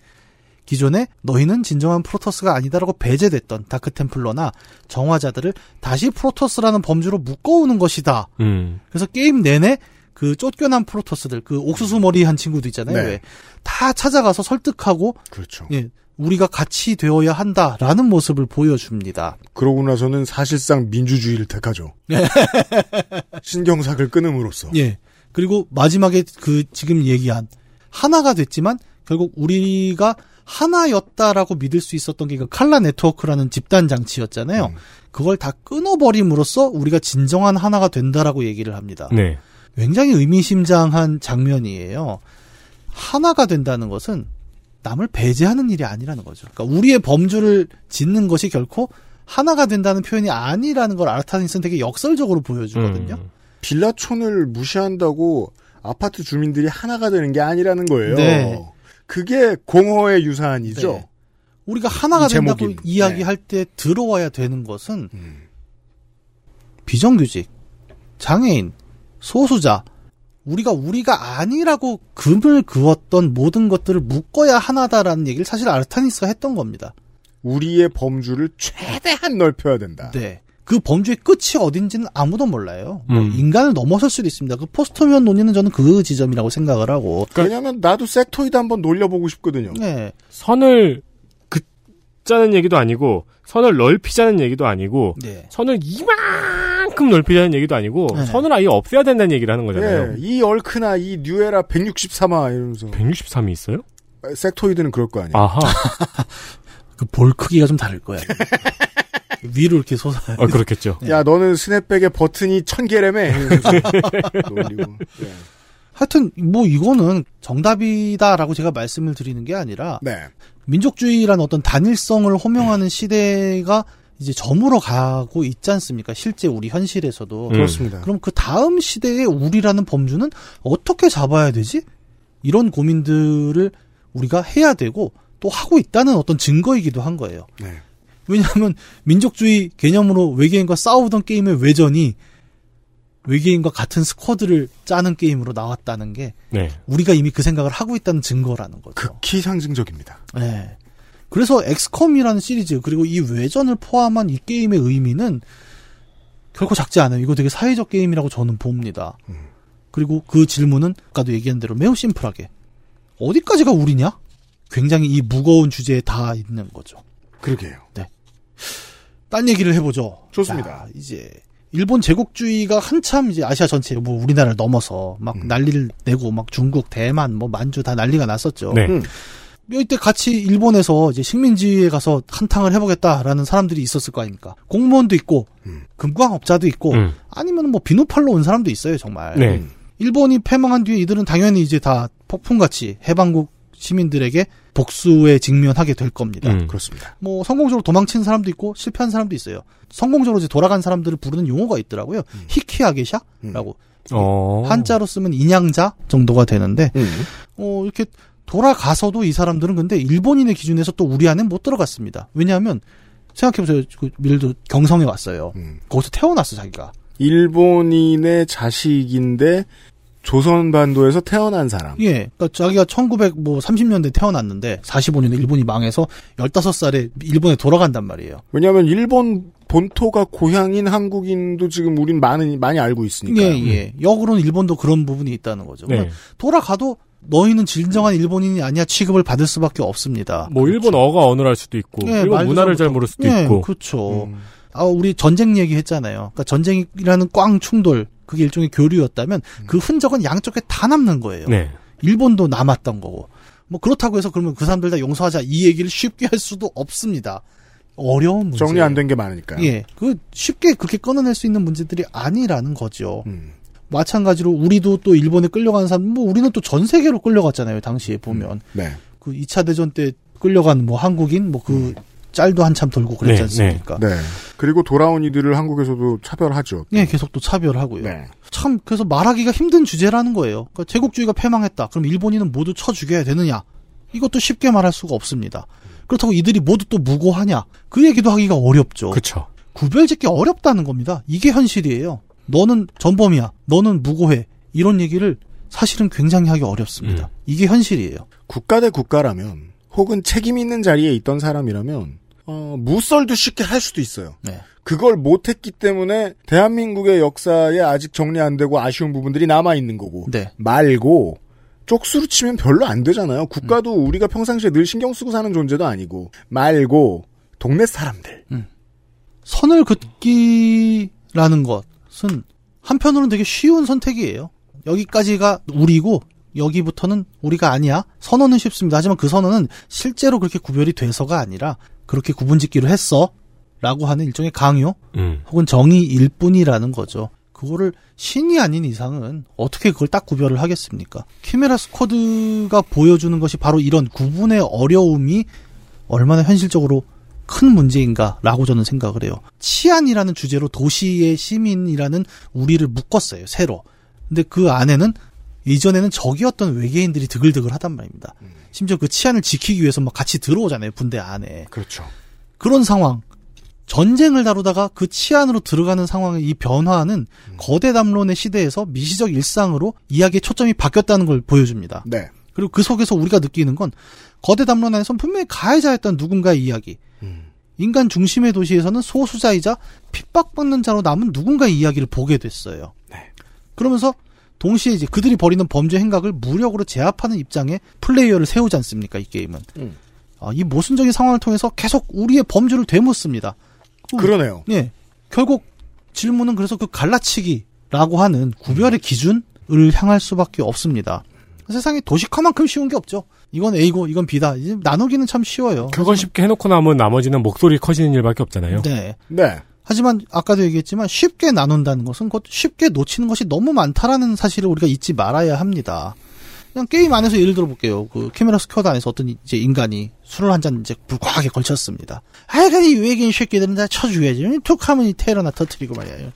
기존에 너희는 진정한 프로토스가 아니다라고 배제됐던 다크 템플러나 정화자들을 다시 프로토스라는 범주로 묶어오는 것이다. 음. 그래서 게임 내내 그 쫓겨난 프로토스들, 그 옥수수 머리 한 친구도 있잖아요. 네. 왜? 다 찾아가서 설득하고 그렇죠. 예, 우리가 같이 되어야 한다라는 모습을 보여줍니다. 그러고 나서는 사실상 민주주의를 택하죠. 신경삭을 끊음으로써. 예. 그리고 마지막에 그 지금 얘기한 하나가 됐지만 결국 우리가 하나였다라고 믿을 수 있었던 게 그 칼라 네트워크라는 집단 장치였잖아요. 그걸 다 끊어버림으로써 우리가 진정한 하나가 된다라고 얘기를 합니다. 네. 굉장히 의미심장한 장면이에요. 하나가 된다는 것은 남을 배제하는 일이 아니라는 거죠. 그러니까 우리의 범주를 짓는 것이 결코 하나가 된다는 표현이 아니라는 걸 아르타니스는 되게 역설적으로 보여주거든요. 빌라촌을 무시한다고 아파트 주민들이 하나가 되는 게 아니라는 거예요. 네. 그게 공허의 유산이죠. 네. 우리가 하나가 이 된다고 제목인. 이야기할 음. 때 들어와야 되는 것은 비정규직, 장애인, 소수자, 우리가 우리가 아니라고 금을 그었던 모든 것들을 묶어야 하나다라는 얘기를 사실 아르타니스가 했던 겁니다. 우리의 범주를 최대한 넓혀야 된다. 네. 그 범주의 끝이 어딘지는 아무도 몰라요. 뭐 음. 인간을 넘어설 수도 있습니다. 그 포스트면 논의는 저는 그 지점이라고 생각을 하고. 왜냐하면 나도 섹토이드 한번 놀려보고 싶거든요. 네. 선을 긋자는 얘기도 아니고 선을 넓히자는 얘기도 아니고 네. 선을 이만큼 넓히자는 얘기도 아니고 선을 아예 없애야 된다는 얘기를 하는 거잖아요. 예, 이 얼크나 이 뉴에라 163화 이러면서 163이 있어요? 섹토이드는 그럴 거 아니에요. 아하. 그 볼 크기가 좀 다를 거야. 위로 이렇게 솟아. 어, 그렇겠죠. 야 너는 스냅백에 버튼이 천 개라며. 이러면서 놀리고. 예. 하여튼 뭐 이거는 정답이다라고 제가 말씀을 드리는 게 아니라 네. 민족주의란 어떤 단일성을 호명하는 시대가 이제 저물어 가고 있지 않습니까? 실제 우리 현실에서도 음. 그렇습니다. 그럼 그 다음 시대의 우리라는 범주는 어떻게 잡아야 되지? 이런 고민들을 우리가 해야 되고 또 하고 있다는 어떤 증거이기도 한 거예요. 네. 왜냐하면 민족주의 개념으로 외계인과 싸우던 게임의 외전이 외계인과 같은 스쿼드를 짜는 게임으로 나왔다는 게 네. 우리가 이미 그 생각을 하고 있다는 증거라는 거죠. 극히 상징적입니다. 네. 그래서 엑스컴이라는 시리즈 그리고 이 외전을 포함한 이 게임의 의미는 결코 작지 않아요. 이거 되게 사회적 게임이라고 저는 봅니다. 음. 그리고 그 질문은 아까도 얘기한 대로 매우 심플하게 어디까지가 우리냐? 굉장히 이 무거운 주제에 다 있는 거죠. 그러게요. 네. 딴 얘기를 해보죠. 좋습니다. 자, 이제 일본 제국주의가 한참 이제 아시아 전체 뭐 우리나라를 넘어서 막 음. 난리를 내고 막 중국, 대만, 뭐 만주 다 난리가 났었죠. 네. 음. 뭐 이때 같이 일본에서 이제 식민지에 가서 한탕을 해보겠다라는 사람들이 있었을 거 아닙니까? 공무원도 있고 금광업자도 있고 음. 아니면 뭐 비누팔로 온 사람도 있어요 정말. 네. 음. 일본이 패망한 뒤에 이들은 당연히 이제 다 폭풍같이 해방국 시민들에게 복수에 직면하게 될 겁니다. 음. 음. 그렇습니다. 뭐 성공적으로 도망친 사람도 있고 실패한 사람도 있어요. 성공적으로 이제 돌아간 사람들을 부르는 용어가 있더라고요. 히키아게샤라고 어. 음. 한자로 쓰면 인양자 정도가 되는데 어 이렇게 돌아가서도 이 사람들은 근데 일본인의 기준에서 또 우리 안에 못 들어갔습니다. 왜냐하면 생각해보세요. 그 밀도 경성에 왔어요. 음. 거기서 태어났어 자기가. 일본인의 자식인데 조선반도에서 태어난 사람. 예. 그러니까 자기가 1930년대 태어났는데 45년에 일본이 망해서 15살에 일본에 돌아간단 말이에요. 왜냐하면 일본 본토가 고향인 한국인도 지금 우린 많이 많이 알고 있으니까. 예, 예. 음. 역으로는 일본도 그런 부분이 있다는 거죠. 네. 그러니까 돌아가도 너희는 진정한 일본인이 아니야 취급을 받을 수밖에 없습니다. 뭐 일본 어가 어눌할 수도 있고 예, 일본 말 문화를 그대로 네, 잘 모를 수도 예, 있고 음. 어, 그렇죠. 음. 아, 우리 전쟁 얘기 했잖아요. 그러니까 전쟁이라는 꽝 충돌, 그게 일종의 교류였다면 음. 그 흔적은 양쪽에 다 남는 거예요. 네. 일본도 남았던 거고. 뭐 그렇다고 해서 그러면 그 사람들 다 용서하자 이 얘기를 쉽게 할 수도 없습니다. 어려운 문제. 정리 안 된 게 많으니까. 예. 그 쉽게 그렇게 끊어낼 수 있는 문제들이 아니라는 거죠. 음. 마찬가지로 우리도 또 일본에 끌려가는 사람, 뭐 우리는 또 전 세계로 끌려갔잖아요. 당시에 보면. 네. 그 2차 대전 때 끌려간 뭐 한국인 뭐 그 짤도 한참 돌고 그랬지 않습니까? 음. 네. 그리고 돌아온 이들을 한국에서도 차별하죠. 예, 계속 또 네. 차별하고요. 참 그래서 말하기가 힘든 주제라는 거예요. 그러니까 제국주의가 패망했다. 그럼 일본인은 모두 쳐 죽여야 되느냐? 이것도 쉽게 말할 수가 없습니다. 그렇다고 이들이 모두 또 무고하냐? 그 얘기도 하기가 어렵죠. 그렇죠. 구별짓기 어렵다는 겁니다. 이게 현실이에요. 너는 전범이야. 너는 무고해. 이런 얘기를 사실은 굉장히 하기 어렵습니다. 이게 현실이에요. 국가 대 국가라면 혹은 책임 있는 자리에 있던 사람이라면 어, 무썰도 쉽게 할 수도 있어요. 그걸 못했기 때문에 대한민국의 역사에 아직 정리 안 되고 아쉬운 부분들이 남아 있는 거고 말고 쪽수로 치면 별로 안 되잖아요. 국가도 우리가 평상시에 늘 신경 쓰고 사는 존재도 아니고 말고 동네 사람들. 선을 긋기라는 것은 한편으로는 되게 쉬운 선택이에요. 여기까지가 우리고 여기부터는 우리가 아니야. 선언은 쉽습니다. 하지만 그 선언은 실제로 그렇게 구별이 돼서가 아니라 그렇게 구분짓기로 했어. 라고 하는 일종의 강요 음. 혹은 정의일 뿐이라는 거죠. 그거를 신이 아닌 이상은 어떻게 그걸 딱 구별을 하겠습니까? 키메라 스쿼드가 보여주는 것이 바로 이런 구분의 어려움이 얼마나 현실적으로 큰 문제인가라고 저는 생각을 해요. 치안이라는 주제로 도시의 시민이라는 우리를 묶었어요, 새로. 근데 그 안에는 이전에는 적이었던 외계인들이 드글드글 하단 말입니다. 심지어 그 치안을 지키기 위해서 막 같이 들어오잖아요, 군대 안에. 그렇죠. 그런 상황. 전쟁을 다루다가 그 치안으로 들어가는 상황의 이 변화는 거대 담론의 시대에서 미시적 일상으로 이야기의 초점이 바뀌었다는 걸 보여줍니다. 네. 그리고 그 속에서 우리가 느끼는 건 거대 담론 안에선 분명히 가해자였던 누군가의 이야기. 인간 중심의 도시에서는 소수자이자 핍박받는 자로 남은 누군가의 이야기를 보게 됐어요. 그러면서 동시에 이제 그들이 벌이는 범죄 행각을 무력으로 제압하는 입장에 플레이어를 세우지 않습니까, 이 게임은. 아, 이 모순적인 상황을 통해서 계속 우리의 범주를 되묻습니다. 그러네요. 예. 결국 질문은 그래서 그 갈라치기라고 하는 구별의 기준을 향할 수밖에 없습니다. 세상에 도시화만큼 쉬운 게 없죠. 이건 A고 이건 B다. 이제 나누기는 참 쉬워요. 그건 쉽게 해놓고 남은 나머지는 목소리 커지는 일밖에 없잖아요. 네. 네. 하지만 아까도 얘기했지만 쉽게 나눈다는 것은 그것 쉽게 놓치는 것이 너무 많다라는 사실을 우리가 잊지 말아야 합니다. 그냥 게임 안에서 예를 들어 볼게요. 그 캐메라 스쿼드 안에서 어떤 이제 인간이 술을 한 잔 이제 불과하게 걸쳤습니다. 하여간 이 외계인 새끼들은 다 쳐줘야지. 툭 하면 이 테러나 터트리고 말이에요.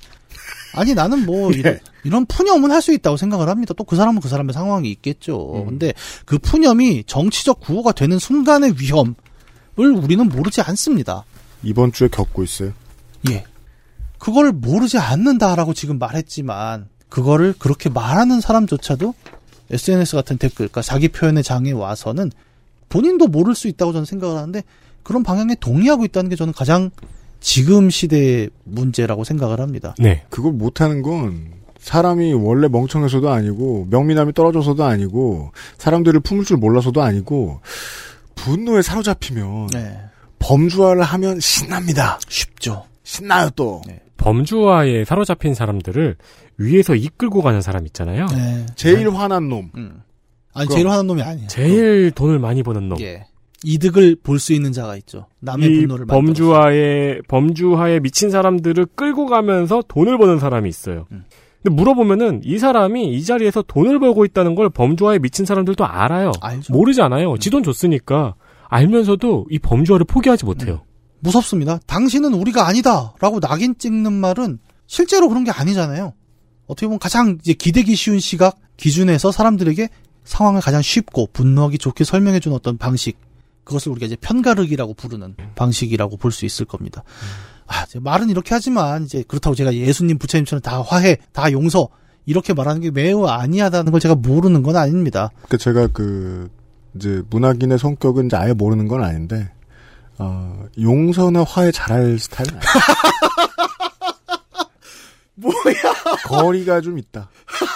아니 나는 뭐 이런, 이런 푸념은 할 수 있다고 생각을 합니다. 또 그 사람은 그 사람의 상황이 있겠죠. 근데 그 푸념이 정치적 구호가 되는 순간의 위험을 우리는 모르지 않습니다. 이번 주에 겪고 있어요. 예. 그걸 모르지 않는다라고 지금 말했지만 그거를 그렇게 말하는 사람조차도 SNS 같은 댓글, 그러니까 자기 표현의 장에 와서는 본인도 모를 수 있다고 저는 생각을 하는데 그런 방향에 동의하고 있다는 게 저는 가장 지금 시대의 문제라고 생각을 합니다. 네. 그걸 못하는 건 사람이 원래 멍청해서도 아니고 명민함이 떨어져서도 아니고 사람들을 품을 줄 몰라서도 아니고 분노에 음. 사로잡히면 네. 범주화를 하면 신납니다. 쉽죠. 신나요 또. 범주화에 사로잡힌 사람들을 위에서 이끌고 가는 사람 있잖아요. 네. 제일 화난 놈. 음. 아니 제일 화난 놈이 아니에요. 제일 돈을 많이 버는 놈. 예. 이득을 볼 수 있는 자가 있죠. 남의 이 분노를 만들어. 범주화에 범주화에 미친 사람들을 끌고 가면서 돈을 버는 사람이 있어요. 음. 근데 물어보면은 이 사람이 이 자리에서 돈을 벌고 있다는 걸 범주화에 미친 사람들도 알아요. 모르지 음. 않아요. 지 돈 줬으니까 알면서도 이 범주화를 포기하지 못해요. 무섭습니다. 당신은 우리가 아니다라고 낙인 찍는 말은 실제로 그런 게 아니잖아요. 어떻게 보면 가장 이제 기대기 쉬운 시각 기준에서 사람들에게 상황을 가장 쉽고 분노하기 좋게 설명해 주는 어떤 방식 그것을 우리가 이제 편가르기라고 부르는 방식이라고 볼 수 있을 겁니다. 아, 이제 말은 이렇게 하지만 이제 그렇다고 제가 예수님 부처님처럼 다 화해, 다 용서 이렇게 말하는 게 매우 아니하다는 걸 제가 모르는 건 아닙니다. 그러니까 제가 그 이제 문학인의 성격은 이제 아예 모르는 건 아닌데 어, 용서나 화해 잘할 스타일 은 아니에요. 뭐야? 거리가 좀 있다. 네.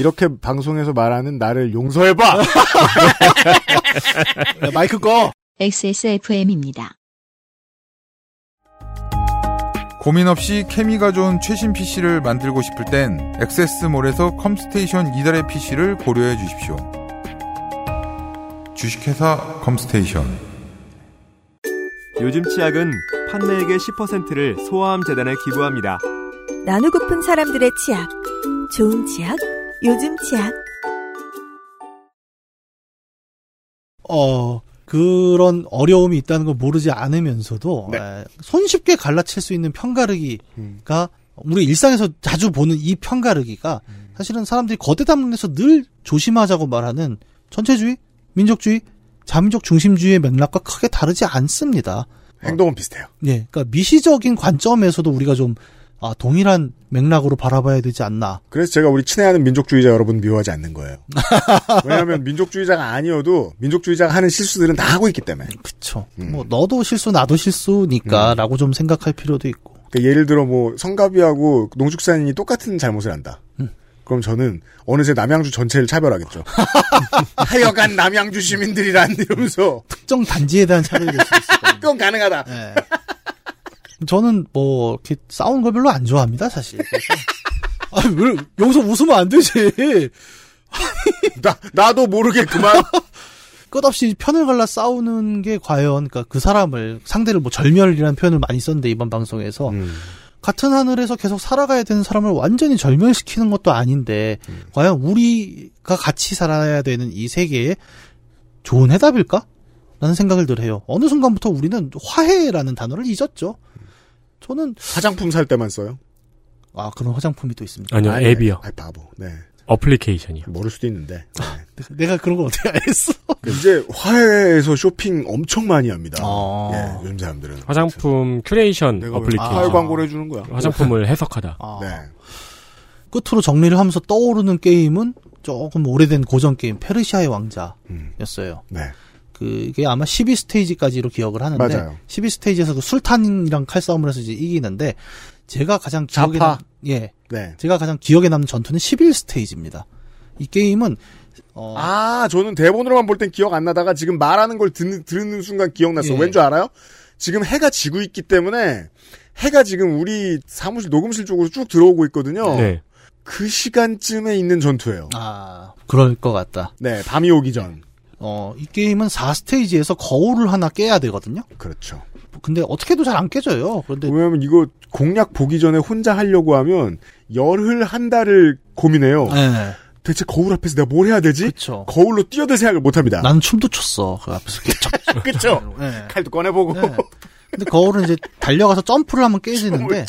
이렇게 방송에서 말하는 나를 용서해봐. 야, 마이크 꺼. XSFM입니다. 고민 없이 케미가 좋은 최신 PC를 만들고 싶을 땐 액세스몰에서 컴스테이션 이달의 PC를 고려해 주십시오. 주식회사 컴스테이션 요즘 치약은 판매액의 10%를 음. 소아암 재단에 기부합니다. 나누고픈 사람들의 치약. 좋은 치약, 요즘 치약. 어, 그런 어려움이 있다는 걸 모르지 않으면서도 에, 손쉽게 갈라칠 수 있는 편가르기가 우리 일상에서 자주 보는 이 편가르기가 사실은 사람들이 거대 담론에서 늘 조심하자고 말하는 전체주의, 민족주의, 자민족 중심주의의 맥락과 크게 다르지 않습니다. 행동은 비슷해요. 예, 그러니까 미시적인 관점에서도 우리가 좀 아, 동일한 맥락으로 바라봐야 되지 않나. 그래서 제가 우리 친애하는 민족주의자 여러분 미워하지 않는 거예요. 왜냐하면 민족주의자가 아니어도 민족주의자가 하는 실수들은 다 하고 있기 때문에. 그렇죠. 뭐 너도 실수, 나도 실수니까라고 좀 생각할 필요도 있고. 그러니까 예를 들어 뭐 성가비하고 농축산인이 똑같은 잘못을 한다. 그럼 저는 어느새 남양주 전체를 차별하겠죠. 하여간 남양주 시민들이란 이러면서 특정 단지에 대한 차별이 될 수 있어요. 그건 가능하다. 저는 뭐 이렇게 싸우는 걸 별로 안 좋아합니다, 사실. 아니 왜 여기서 웃으면 안 되지? 나 나도 모르게 그만. 끝없이 편을 갈라 싸우는 게 과연 그러니까 그 사람을 상대를 뭐 절멸이라는 표현을 많이 썼는데 이번 방송에서 같은 하늘에서 계속 살아가야 되는 사람을 완전히 절멸시키는 것도 아닌데 과연 우리가 같이 살아야 되는 이 세계에 좋은 해답일까? 라는 생각을 늘 해요. 어느 순간부터 우리는 화해라는 단어를 잊었죠. 저는 화장품 살 때만 써요. 아 그런 화장품이 또 있습니다. 아니요, 앱이요. 아이 바보. 네. 어플리케이션이요. 모를 수도 있는데. 네. 네, 내가 그런 걸 어떻게 알겠어? 아. 그 이제 화해에서 쇼핑 엄청 많이 합니다. 예, 요즘 사람들은. 화장품 큐레이션 내가 왜 어플리케이션. 화해 광고를 해주는 거야? 화장품을 해석하다. 아. 아, 네. 끝으로 정리를 하면서 떠오르는 게임은 조금 오래된 고전 게임 페르시아의 왕자였어요. 네. 그게 아마 12스테이지까지로 기억을 하는데 맞아요. 12스테이지에서 그 술탄이랑 칼싸움을 해서 이제 이기는데 제가 가장 기억에 자파. 남, 예. 네. 제가 가장 기억에 남는 전투는 11스테이지입니다. 이 게임은 어, 아, 저는 대본으로만 볼 땐 기억 안 나다가 지금 말하는 걸 듣는, 듣는 순간 기억났어. 예. 왠 줄 알아요? 지금 해가 지고 있기 때문에 해가 지금 우리 사무실 녹음실 쪽으로 쭉 들어오고 있거든요. 네. 그 시간쯤에 있는 전투예요. 아, 그럴 것 같다. 네, 밤이 오기 전. 어, 이 게임은 4스테이지에서 거울을 하나 깨야 되거든요. 그렇죠. 근데 어떻게 해도 잘 안 깨져요. 그런데 왜냐면 이거 공략 보기 전에 혼자 하려고 하면 열흘 한 달을 고민해요. 아. 네. 대체 거울 앞에서 내가 뭘 해야 되지? 거울로 뛰어들 생각을 못 합니다. 나는 춤도 췄어. 그 앞에서 그쵸? 네. 칼도 꺼내보고. 근데 거울은 이제 달려가서 점프를 하면 깨지는데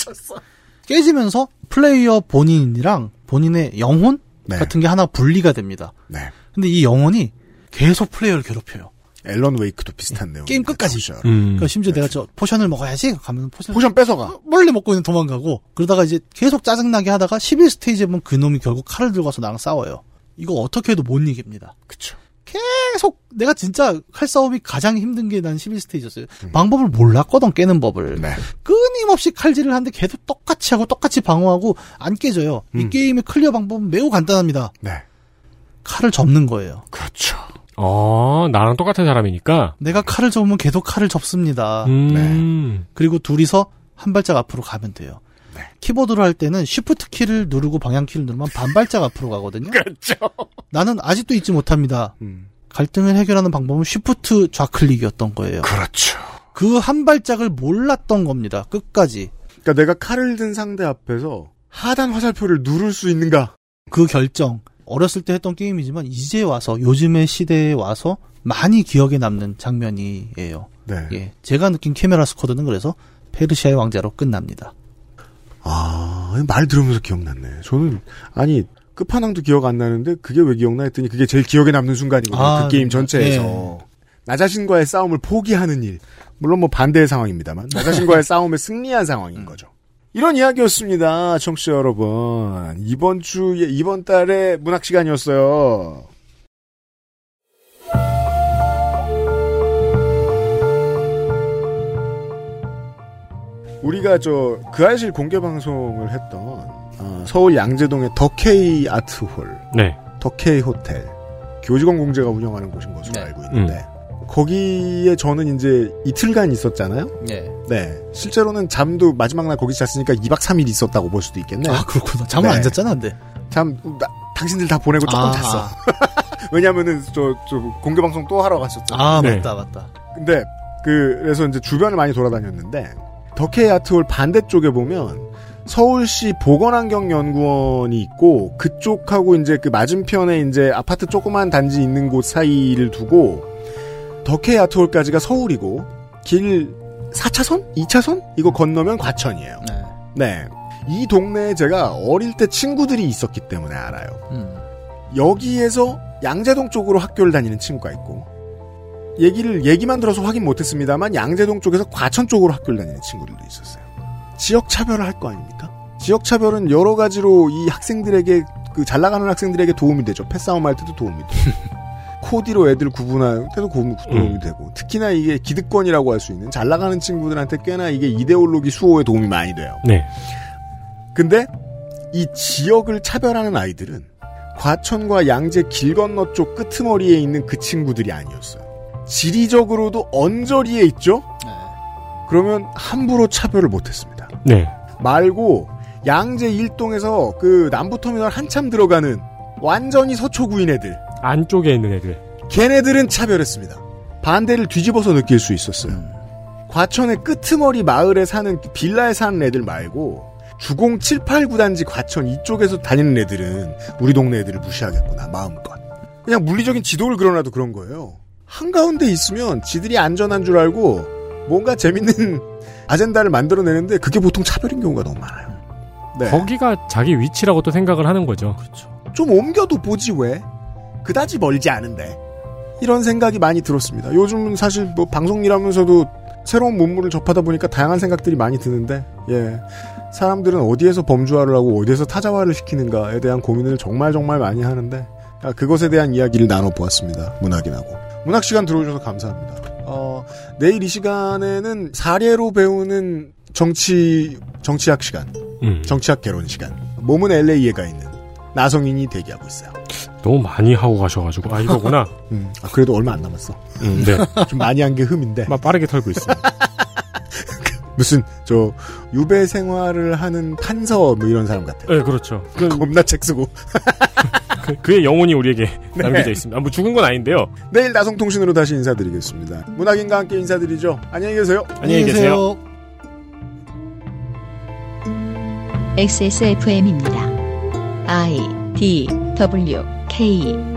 깨지면서 플레이어 본인이랑 본인의 네. 영혼 같은 게 하나 분리가 됩니다. 네. 근데 이 영혼이 계속 플레이어를 괴롭혀요. 앨런 웨이크도 비슷한 내용. 게임 끝까지. 음. 그러니까 심지어 내가 저 포션을 먹어야지. 가면 포션. 포션 뺏어가. 몰래 먹고 있는 도망가고 그러다가 이제 계속 짜증나게 하다가 11스테이지에 보면 그놈이 결국 칼을 들고 와서 나랑 싸워요. 이거 어떻게 해도 못 이깁니다. 그쵸. 계속 내가 진짜 칼 싸움이 가장 힘든 게 난 11스테이지였어요. 음. 방법을 몰랐거든 깨는 법을. 네. 끊임없이 칼질을 하는데 계속 똑같이 하고 똑같이 방어하고 안 깨져요. 음. 이 게임의 클리어 방법은 매우 간단합니다. 네. 칼을 접는 거예요. 그렇죠. 어, 나랑 똑같은 사람이니까. 내가 칼을 접으면 계속 칼을 접습니다. 음. 그리고 둘이서 한 발짝 앞으로 가면 돼요. 네. 키보드로 할 때는 쉬프트 키를 누르고 방향 키를 누르면 반발짝 앞으로 가거든요. 그렇죠. 음. 나는 아직도 잊지 못합니다. 갈등을 해결하는 방법은 쉬프트 좌클릭이었던 거예요. 그렇죠. 그 한 발짝을 몰랐던 겁니다. 끝까지. 그러니까 내가 칼을 든 상대 앞에서 하단 화살표를 누를 수 있는가? 그 결정. 어렸을 때 했던 게임이지만 이제 와서 요즘의 시대에 와서 많이 기억에 남는 장면이에요. 네. 예, 제가 느낀 캐메라 스쿼드는 그래서 페르시아의 왕자로 끝납니다. 아, 말 들으면서 기억났네. 저는 아니 끝판왕도 기억 안 나는데 그게 왜 기억나 했더니 그게 제일 기억에 남는 순간이거든요. 아, 그 게임 네. 전체에서 네. 나 자신과의 싸움을 포기하는 일. 물론 뭐 반대의 상황입니다만 나 자신과의 싸움에 승리한 음. 상황인 거죠. 이런 이야기였습니다, 청취자 여러분. 이번 주에 이번 달에 문학 시간이었어요. 우리가 저 그아실 공개 방송을 했던 어, 서울 양재동의 더케이 아트홀, 네. 더케이 호텔, 교직원 공제가 운영하는 곳인 것으로 네. 알고 있는데 음. 거기에 저는 이제 이틀간 있었잖아요. 네. 네. 실제로는 잠도 마지막 날 거기 잤으니까 2박 3일 있었다고 볼 수도 있겠네. 아 그렇구나. 잠을 안 잤잖아, 근데. 잠, 음, 나- 당신들 다 보내고 조금 아, 잤어. 아. 왜냐면은 저, 저 공개 방송 또 하러 갔었잖아요. 아 맞다 맞다. 근데 그 그래서 이제 주변을 많이 돌아다녔는데 더케이 아트홀 반대쪽에 보면 서울시 보건환경연구원이 있고 그쪽하고 이제 그 맞은편에 이제 아파트 조그만 단지 있는 곳 사이를 두고 더케이 아트홀까지가 서울이고 길 4차선? 2차선? 이거 건너면 과천이에요. 네. 이 동네에 제가 어릴 때 친구들이 있었기 때문에 알아요. 음. 여기에서 양재동 쪽으로 학교를 다니는 친구가 있고 얘기를 얘기만 들어서 확인 못했습니다만 양재동 쪽에서 과천 쪽으로 학교를 다니는 친구들도 있었어요. 지역 차별을 할 거 아닙니까? 지역 차별은 여러 가지로 이 학생들에게 그 잘 나가는 학생들에게 도움이 되죠. 패싸움 할 때도 도움이 되고 코디로 애들 구분할 때도 도움이 도움이 되고 특히나 이게 기득권이라고 할 수 있는 잘 나가는 친구들한테 꽤나 이게 이데올로기 수호에 도움이 많이 돼요. 네. 근데 이 지역을 차별하는 아이들은 과천과 양재 길 건너 쪽 끄트머리에 있는 그 친구들이 아니었어요. 지리적으로도 언저리에 있죠? 그러면 함부로 차별을 못했습니다. 네. 말고 양재 일동에서 그 남부터미널 한참 들어가는 완전히 서초구인 애들. 안쪽에 있는 애들. 걔네들은 차별했습니다. 반대를 뒤집어서 느낄 수 있었어요. 과천의 끄트머리 마을에 사는 빌라에 사는 애들 말고 주공 7, 8, 9단지 과천 이쪽에서 다니는 애들은 우리 동네 애들을 무시하겠구나 마음껏. 그냥 물리적인 지도를 그려놔도 그런 거예요. 한가운데 있으면 지들이 안전한 줄 알고 뭔가 재밌는 아젠다를 만들어내는데 그게 보통 차별인 경우가 너무 많아요. 네. 거기가 자기 위치라고 또 생각을 하는 거죠. 좀 옮겨도 보지 왜? 그다지 멀지 않은데. 이런 생각이 많이 들었습니다. 요즘은 사실 뭐 방송 일하면서도 새로운 문물을 접하다 보니까 다양한 생각들이 많이 드는데, 예. 사람들은 어디에서 범주화를 하고 어디에서 타자화를 시키는가에 대한 고민을 정말 정말 많이 하는데, 아, 그것에 대한 이야기를 나눠보았습니다. 문학인하고. 문학 시간 들어주셔서 감사합니다. 어, 내일 이 시간에는 사례로 배우는 정치, 정치학 시간. 음. 정치학 개론 시간. 몸은 LA에가 있는 나성인이 대기하고 있어요. 너무 많이 하고 가셔가지고 아 이거구나. 음, 아, 그래도 얼마 안 남았어. 음, 네. 좀 많이 한 게 흠인데. 막 빠르게 털고 있어. 무슨 저 유배 생활을 하는 판서 뭐 이런 사람 같아요. 네, 그렇죠. 겁나 책 쓰고. 그, 그의 영혼이 우리에게 네. 남겨져 있습니다. 아, 뭐 죽은 건 아닌데요. 내일 나성통신으로 다시 인사드리겠습니다. 문학인과 함께 인사드리죠. 안녕히 계세요. 안녕히 계세요. XSFM입니다. I D W K